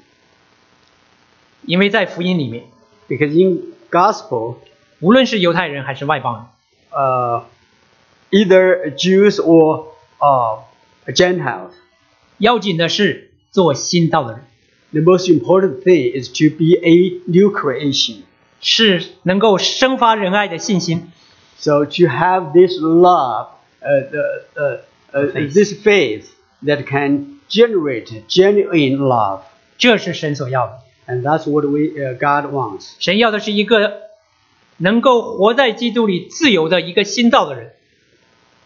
Speaker 1: 因为在福音里面，
Speaker 2: Because in gospel,
Speaker 1: 无论是犹太人还是外邦人，
Speaker 2: uh, either Jews or uh, Gentiles,
Speaker 1: 要紧的是做新造的人，
Speaker 2: the most important thing is to be a new creation.
Speaker 1: 是能够生发仁爱的信心，
Speaker 2: So to have this love, uh, the, uh, uh,
Speaker 1: Faith.
Speaker 2: this faith that can generate genuine love,
Speaker 1: 这是神所要的。
Speaker 2: and that's what we uh, God wants.
Speaker 1: 神要的是一个能够活在基督里自由的一个新造的人。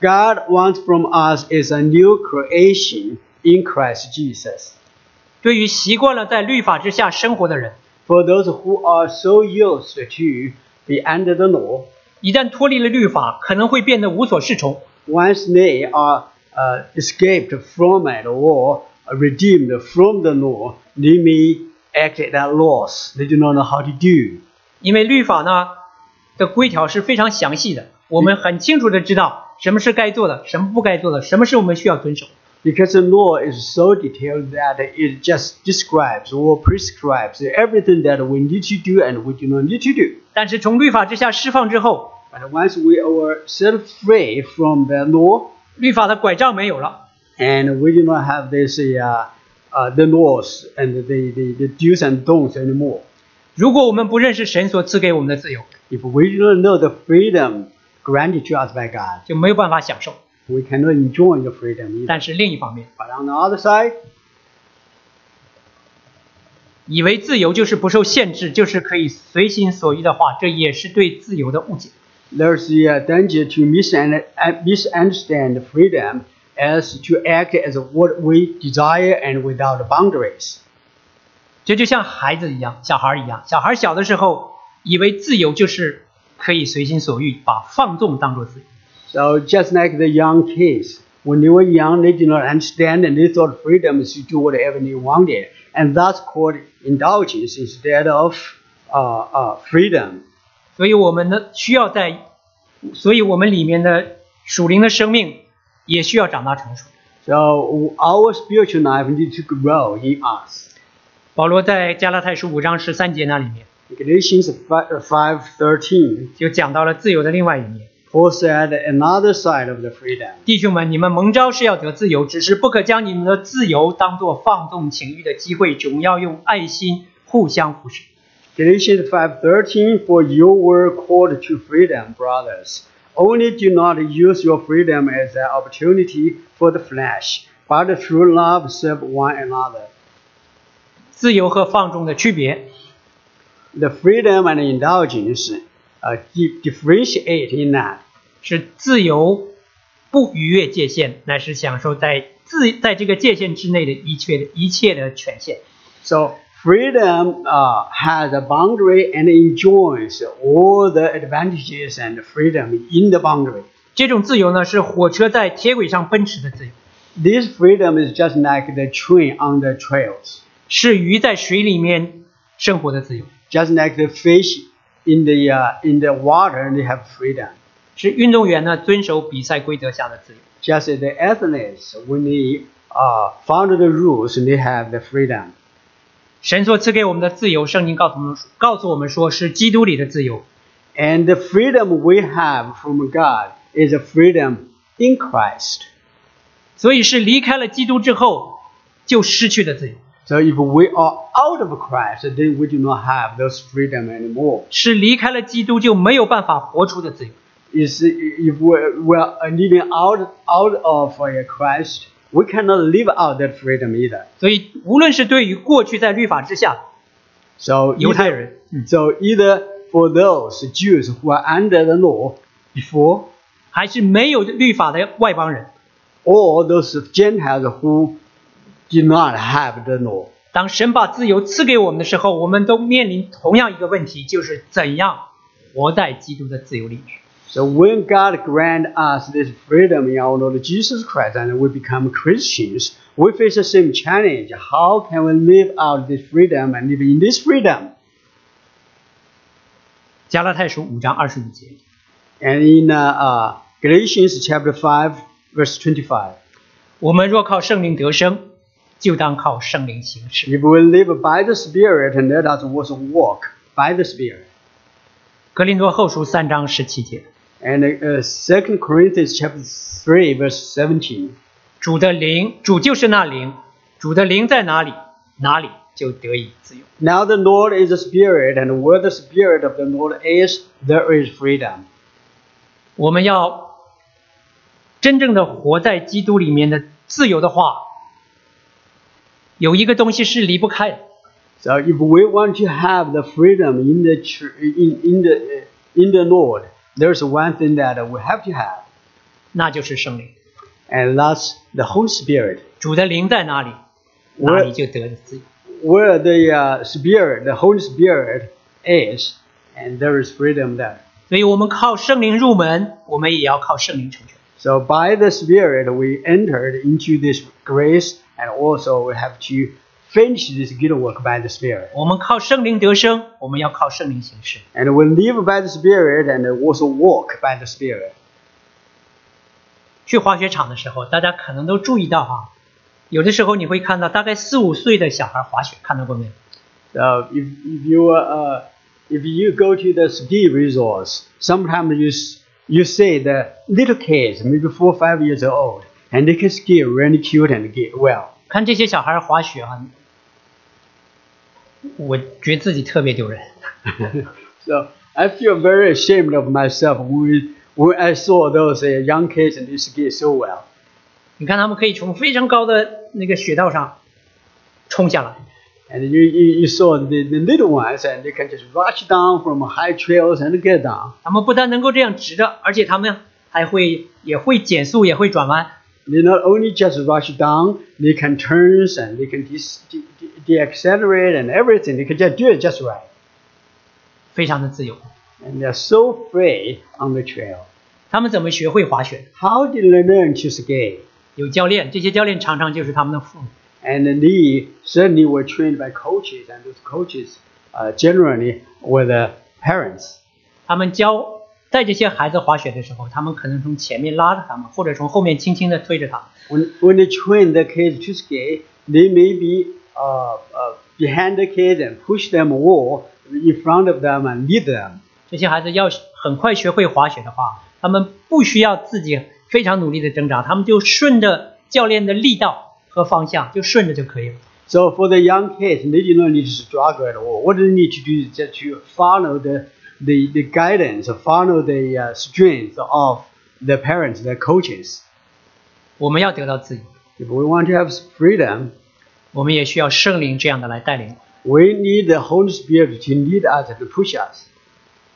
Speaker 2: God wants from us is a new creation in Christ Jesus.
Speaker 1: 对于习惯了在律法之下生活的人，
Speaker 2: For those who are so used to be under the law,
Speaker 1: 一旦脱离了律法，可能会变得无所适从。
Speaker 2: once they are uh, escaped from it or redeemed from the law, they may act at loss. They do not know how to do.
Speaker 1: 因为律法呢的规条是非常详细的，我们很清楚的知道什么是该做的，什么不该做的，什么是我们需要遵守。
Speaker 2: Because the law is so detailed that it just describes or prescribes everything that we need to do and we do not need to do.
Speaker 1: 但是从律法之下释放之后，
Speaker 2: But once we are set free from the law,
Speaker 1: 律法的拐杖没有了，
Speaker 2: and we do not have this uh, uh, the laws and the, the, the do's and don'ts anymore.
Speaker 1: 如果我们不认识神所赐给我们的自由，
Speaker 2: If we do not know the freedom granted to us by God,
Speaker 1: 就没有办法享受。
Speaker 2: we cannot enjoy the freedom. Either.
Speaker 1: 但是另一方面，
Speaker 2: But on the other side,
Speaker 1: 以为自由就是不受限制，就是可以随心所欲的话，这也是对自由的误解。
Speaker 2: there's the uh, danger to misun- uh, misunderstand freedom as to act as what we desire and without boundaries.
Speaker 1: 这就像孩子一样，小孩儿一样，小孩儿小的时候以为自由就是可以随心所欲，把放纵当作自由。
Speaker 2: So just like the young kids, when they were young, they did not understand and they thought freedom is to do whatever they wanted. And that's called indulgence instead of uh, uh, freedom.
Speaker 1: 所以我们呢，需要在，所以我们里面的属灵的生命也需要长大成熟。
Speaker 2: So our spiritual life needs to grow in us.
Speaker 1: 保罗在加拉太书五章十三节那里面
Speaker 2: Galatians 5.13
Speaker 1: 就讲到了自由的另外一面，
Speaker 2: Also at another side of the freedom.
Speaker 1: 弟兄们，你们蒙召是要得自由，只是不可将你们的自由当作放纵情欲的机会，总要用爱心互相扶持。
Speaker 2: Galatians 5:13 For you were called to freedom, brothers. Only do not use your freedom as an opportunity for the flesh, but through love serve one another.
Speaker 1: 自由和放纵的区别，
Speaker 2: The freedom and indulgence uh, di- differentiate in that
Speaker 1: 是自由不逾越界限，乃是享受在自在这个界限之内的一切的一切的权限。
Speaker 2: So freedom uh, has a boundary and enjoys all the advantages and freedom in the boundary.
Speaker 1: 这种自由呢，是火车在铁轨上奔驰的自由，
Speaker 2: This freedom is just like the train on the trails,
Speaker 1: 是鱼在水里面生活的自由，
Speaker 2: just like the fish in the uh, in the water they have freedom.
Speaker 1: 是运动员呢遵守比赛规则下的自由。
Speaker 2: Just as the athletes when they uh, follow the rules they have the freedom.
Speaker 1: 神所赐给我们的自由，圣经告诉我们告诉我们说是基督里的自由，
Speaker 2: And the freedom we have from God is a freedom in Christ.
Speaker 1: 所以是离开了基督之后就失去的自由，
Speaker 2: So if we are out of Christ, then we do not have those freedom anymore.
Speaker 1: 是离开了基督就没有办法活出的自由。
Speaker 2: Is if we we are living out out of uh, Christ, we cannot live out that freedom either.
Speaker 1: 所以，无论是对于过去在律法之下
Speaker 2: So
Speaker 1: 犹太
Speaker 2: either,
Speaker 1: 人，嗯
Speaker 2: so either for those Jews who are under the law before,
Speaker 1: 还是没有律法的外邦人，
Speaker 2: or those Gentiles who did not have the law.
Speaker 1: 当神把自由赐给我们的时候，我们都面临同样一个问题，就是怎样活在基督的自由里面。
Speaker 2: So when God grant us this freedom in our Lord Jesus Christ and we become Christians, we face the same challenge. How can we live out this freedom and live in this freedom?
Speaker 1: 加拉太书五章二十五节，
Speaker 2: And in uh, uh, Galatians chapter 5, verse 25,
Speaker 1: 我们若靠圣灵得生，就当靠圣灵行事。
Speaker 2: if we live by the Spirit, and let us also walk by the Spirit.
Speaker 1: 格林多后书三章十七节，
Speaker 2: And uh, 2 Corinthians chapter 3, verse 17.
Speaker 1: 主的灵，主就是那灵，主的灵在哪里，哪里就得以自由。
Speaker 2: Now the Lord is a Spirit, and where the Spirit of the Lord is, there is freedom.
Speaker 1: 我们要真正的活在基督里面的自由的话，有一个东西是离不开的，
Speaker 2: So if we want to have the freedom in the chur- in, in the uh, in the Lord, there's one thing that we have to have,
Speaker 1: 那就是圣灵。
Speaker 2: and that's the Holy Spirit.
Speaker 1: 主的灵在哪里，哪里
Speaker 2: Where,
Speaker 1: 就得自由。
Speaker 2: where the uh, Spirit, the Holy Spirit is, and there is freedom there.
Speaker 1: 所以，我们靠圣灵入门，我们也要靠圣灵成全。
Speaker 2: So by the Spirit, we entered into this grace, and also we have to finish this good work by the Spirit.
Speaker 1: 我们靠圣灵得生，我们要靠圣灵行事。
Speaker 2: And we live by the Spirit, and also walk by the Spirit.
Speaker 1: 去滑雪场的时候，大家可能都注意到哈，有的时候你会看到大概四五岁的小孩滑雪，看到过没有？
Speaker 2: So if, if you uh, if you go to the ski resorts, sometimes you s- you see the little kids, maybe four or five years old, and they can ski really cute and get well.
Speaker 1: 看这些小孩滑雪哈、我觉得自己特别丢人。
Speaker 2: So I feel very ashamed of myself when when I saw those uh, young kids and they ski so well.
Speaker 1: 你看他们可以从非常高的那个雪道上冲下来，
Speaker 2: And you, you, you saw the, the little ones and they can just rush down from high trails and get down.
Speaker 1: 他们不但能够这样直着，而且他们还会也会减速，也会转弯。
Speaker 2: They not only just rush down, they can turn and they can de- de- de- de-accelerate and everything. They can just do it just right.
Speaker 1: 非常的自由。
Speaker 2: And they're so free on the trail.
Speaker 1: 他们怎么学会滑雪的？
Speaker 2: How did they learn to skate?
Speaker 1: 有教练，这些教练常常就是他们的父母。
Speaker 2: And they certainly were trained by coaches, and those coaches uh, generally were the parents.
Speaker 1: 他们教带这些孩子滑雪的时候，他们可能从前面拉着他们，或者从后面轻轻地推着他们。
Speaker 2: When, when they train the kids to skate, they may be uh, uh, behind the kids and push them or in front of them and lead them.
Speaker 1: 这些孩子要很快学会滑雪的话，他们不需要自己非常努力的挣扎，他们就顺着教练的力道和方向就顺着就可以了。
Speaker 2: So for the young kids, they do not need to struggle at all. What they need to do is just to follow the the, the guidance, follow the uh, strength of the parents, the coaches.
Speaker 1: 我们要得到自由，
Speaker 2: If we want to have freedom,
Speaker 1: 我们也需要圣灵这样的来带领。
Speaker 2: we need the Holy Spirit to lead us and to push us.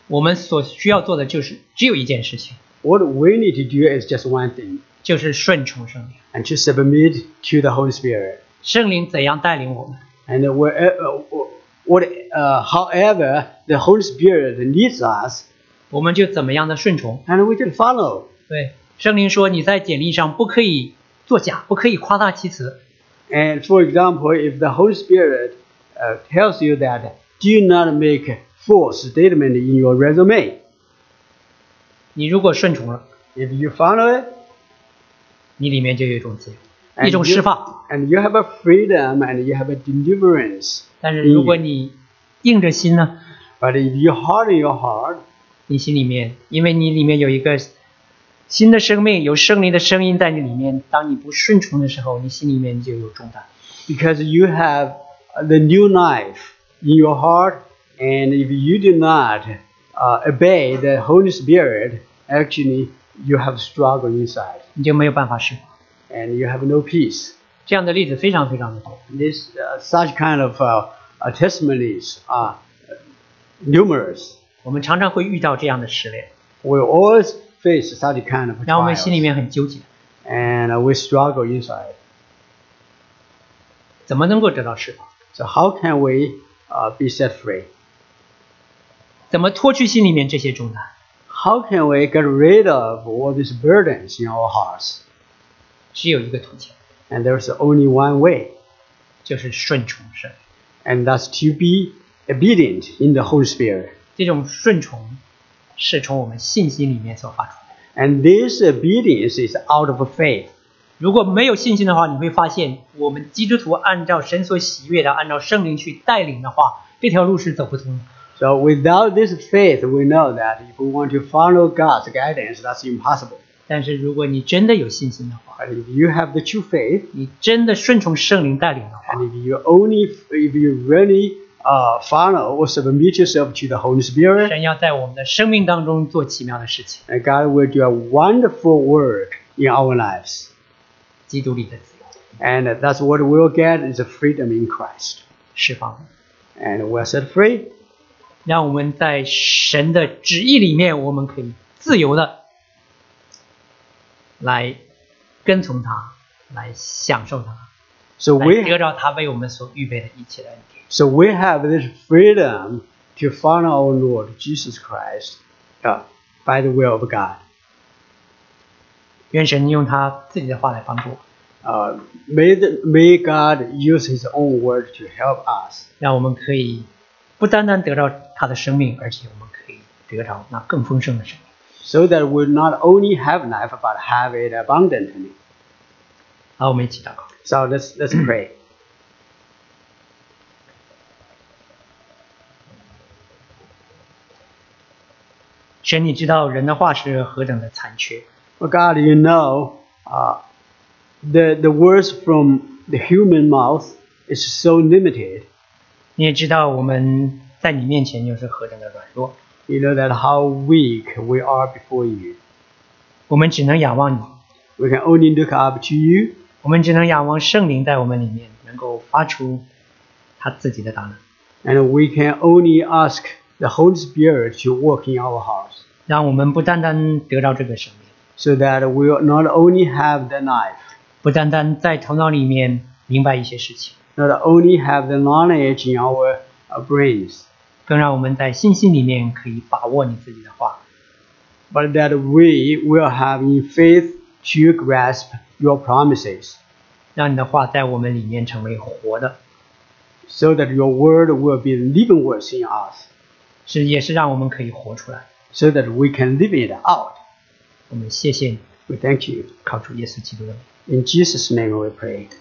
Speaker 1: 我们所需要做的就是只有一件事情，
Speaker 2: What we need to do is just one thing,
Speaker 1: 就是顺从圣灵。
Speaker 2: and to submit to the Holy Spirit.
Speaker 1: 圣灵怎样带领我们，
Speaker 2: And wherever, what, uh, however, the Holy Spirit leads us,
Speaker 1: 我们就怎么样的顺从。
Speaker 2: and we can follow.
Speaker 1: 对，圣灵说你在简历上不可以作假，不可以夸大其词。
Speaker 2: And for example, if the Holy Spirit uh, tells you that do not make false statement in your resume,
Speaker 1: 你如果顺从了，
Speaker 2: if you follow it,
Speaker 1: 你里面就有一种自由，
Speaker 2: 哎
Speaker 1: 一种
Speaker 2: 你就
Speaker 1: 释放。
Speaker 2: and you have a freedom and you have a deliverance.
Speaker 1: 但是如果你硬着心呢，
Speaker 2: But if you harden your heart,
Speaker 1: 你心里面，因为你里面有一个新的生命，有圣灵的声音在你里面。当你不顺从的时候，你心里面就有重担。
Speaker 2: because you have the new life in your heart, and if you do not uh, obey the Holy Spirit, actually you have struggle inside,
Speaker 1: 你就没有办法释放。
Speaker 2: and you have no peace.
Speaker 1: 这样的例子非常非常的多。
Speaker 2: This uh, such kind of uh, uh, testimonies are numerous.
Speaker 1: 我们常常会遇到这样的试炼，
Speaker 2: We always face such kind of
Speaker 1: 让我们心里
Speaker 2: trials,
Speaker 1: 面很纠结，
Speaker 2: and uh, we struggle inside.
Speaker 1: 怎么能够得到释放？
Speaker 2: So how can we uh, be set free?
Speaker 1: 怎么脱去心里面这些重担？
Speaker 2: How can we get rid of all these burdens in our hearts?
Speaker 1: 只有一个途径，
Speaker 2: And there's only one way,
Speaker 1: 就是顺从神。
Speaker 2: and that's to be obedient in the Holy Spirit.
Speaker 1: 这种顺从是从我们信心里面所发出来的。
Speaker 2: And this obedience is out of faith.
Speaker 1: 如果没有信心的话，你会发现，我们基督徒按照神所喜悦的，按照圣灵去带领的话，这条路是走不通的。
Speaker 2: So without this faith, we know that if we want to follow God's guidance, that's impossible.
Speaker 1: 但是如果你真的有信心的话，
Speaker 2: But if you have the true faith,
Speaker 1: 你真的顺从圣灵带领的话，
Speaker 2: and if you only, if you really uh, follow or submit yourself to the Holy Spirit,
Speaker 1: 神要在我们的生命当中做奇妙的事情，
Speaker 2: and God will do a wonderful work in our lives.
Speaker 1: 基督里的自由
Speaker 2: And that's what we'll get is a freedom in Christ.
Speaker 1: 释放我们，
Speaker 2: And we're set free.
Speaker 1: 让我们在神的旨意里面，我们可以自由的来跟从他，来享受他。
Speaker 2: So
Speaker 1: 来
Speaker 2: we
Speaker 1: 得到他为我们所预备的一切的恩典。
Speaker 2: so we have this freedom to follow our Lord Jesus Christ uh, by the will of God.
Speaker 1: 愿神用他自己的话来帮助我，
Speaker 2: Uh, may, the, may God use His own word to help us
Speaker 1: 让我们可以不单单得到他的生命，而且我们可以得到那更丰盛的生命。
Speaker 2: so that we not only have life but have it abundantly.
Speaker 1: 好，我们一起祷告。
Speaker 2: So let's, let's pray.
Speaker 1: 神，你知道人的话是何等的残缺，
Speaker 2: Well, God, you know, uh, the, the words from the human mouth is so limited.
Speaker 1: 你也知道我们在你面前又是何等的软弱，
Speaker 2: You know that how weak we are before you.
Speaker 1: 我们只能仰望你，
Speaker 2: We can only look up to you,
Speaker 1: 我们只能仰望圣灵在我们里面能够发出他自己的答案，
Speaker 2: and we can only ask the Holy Spirit to work in our hearts,
Speaker 1: 让我们不单单得到这个生命，
Speaker 2: so that we will not only have the life,
Speaker 1: 不单单在头脑里面明白一些事情。
Speaker 2: not only have the knowledge in our uh, brains,
Speaker 1: 更让我们在信心里面可以把握你自己的话，
Speaker 2: but that we will have in faith to grasp your promises,
Speaker 1: 让你的话在我们里面成为活的，
Speaker 2: so that your word will be living words in us,
Speaker 1: 是也是让我们可以活出来。
Speaker 2: so that we can live it out.
Speaker 1: 我们谢谢你，
Speaker 2: We thank you.
Speaker 1: 靠主耶稣基督的名。
Speaker 2: In Jesus' name we pray.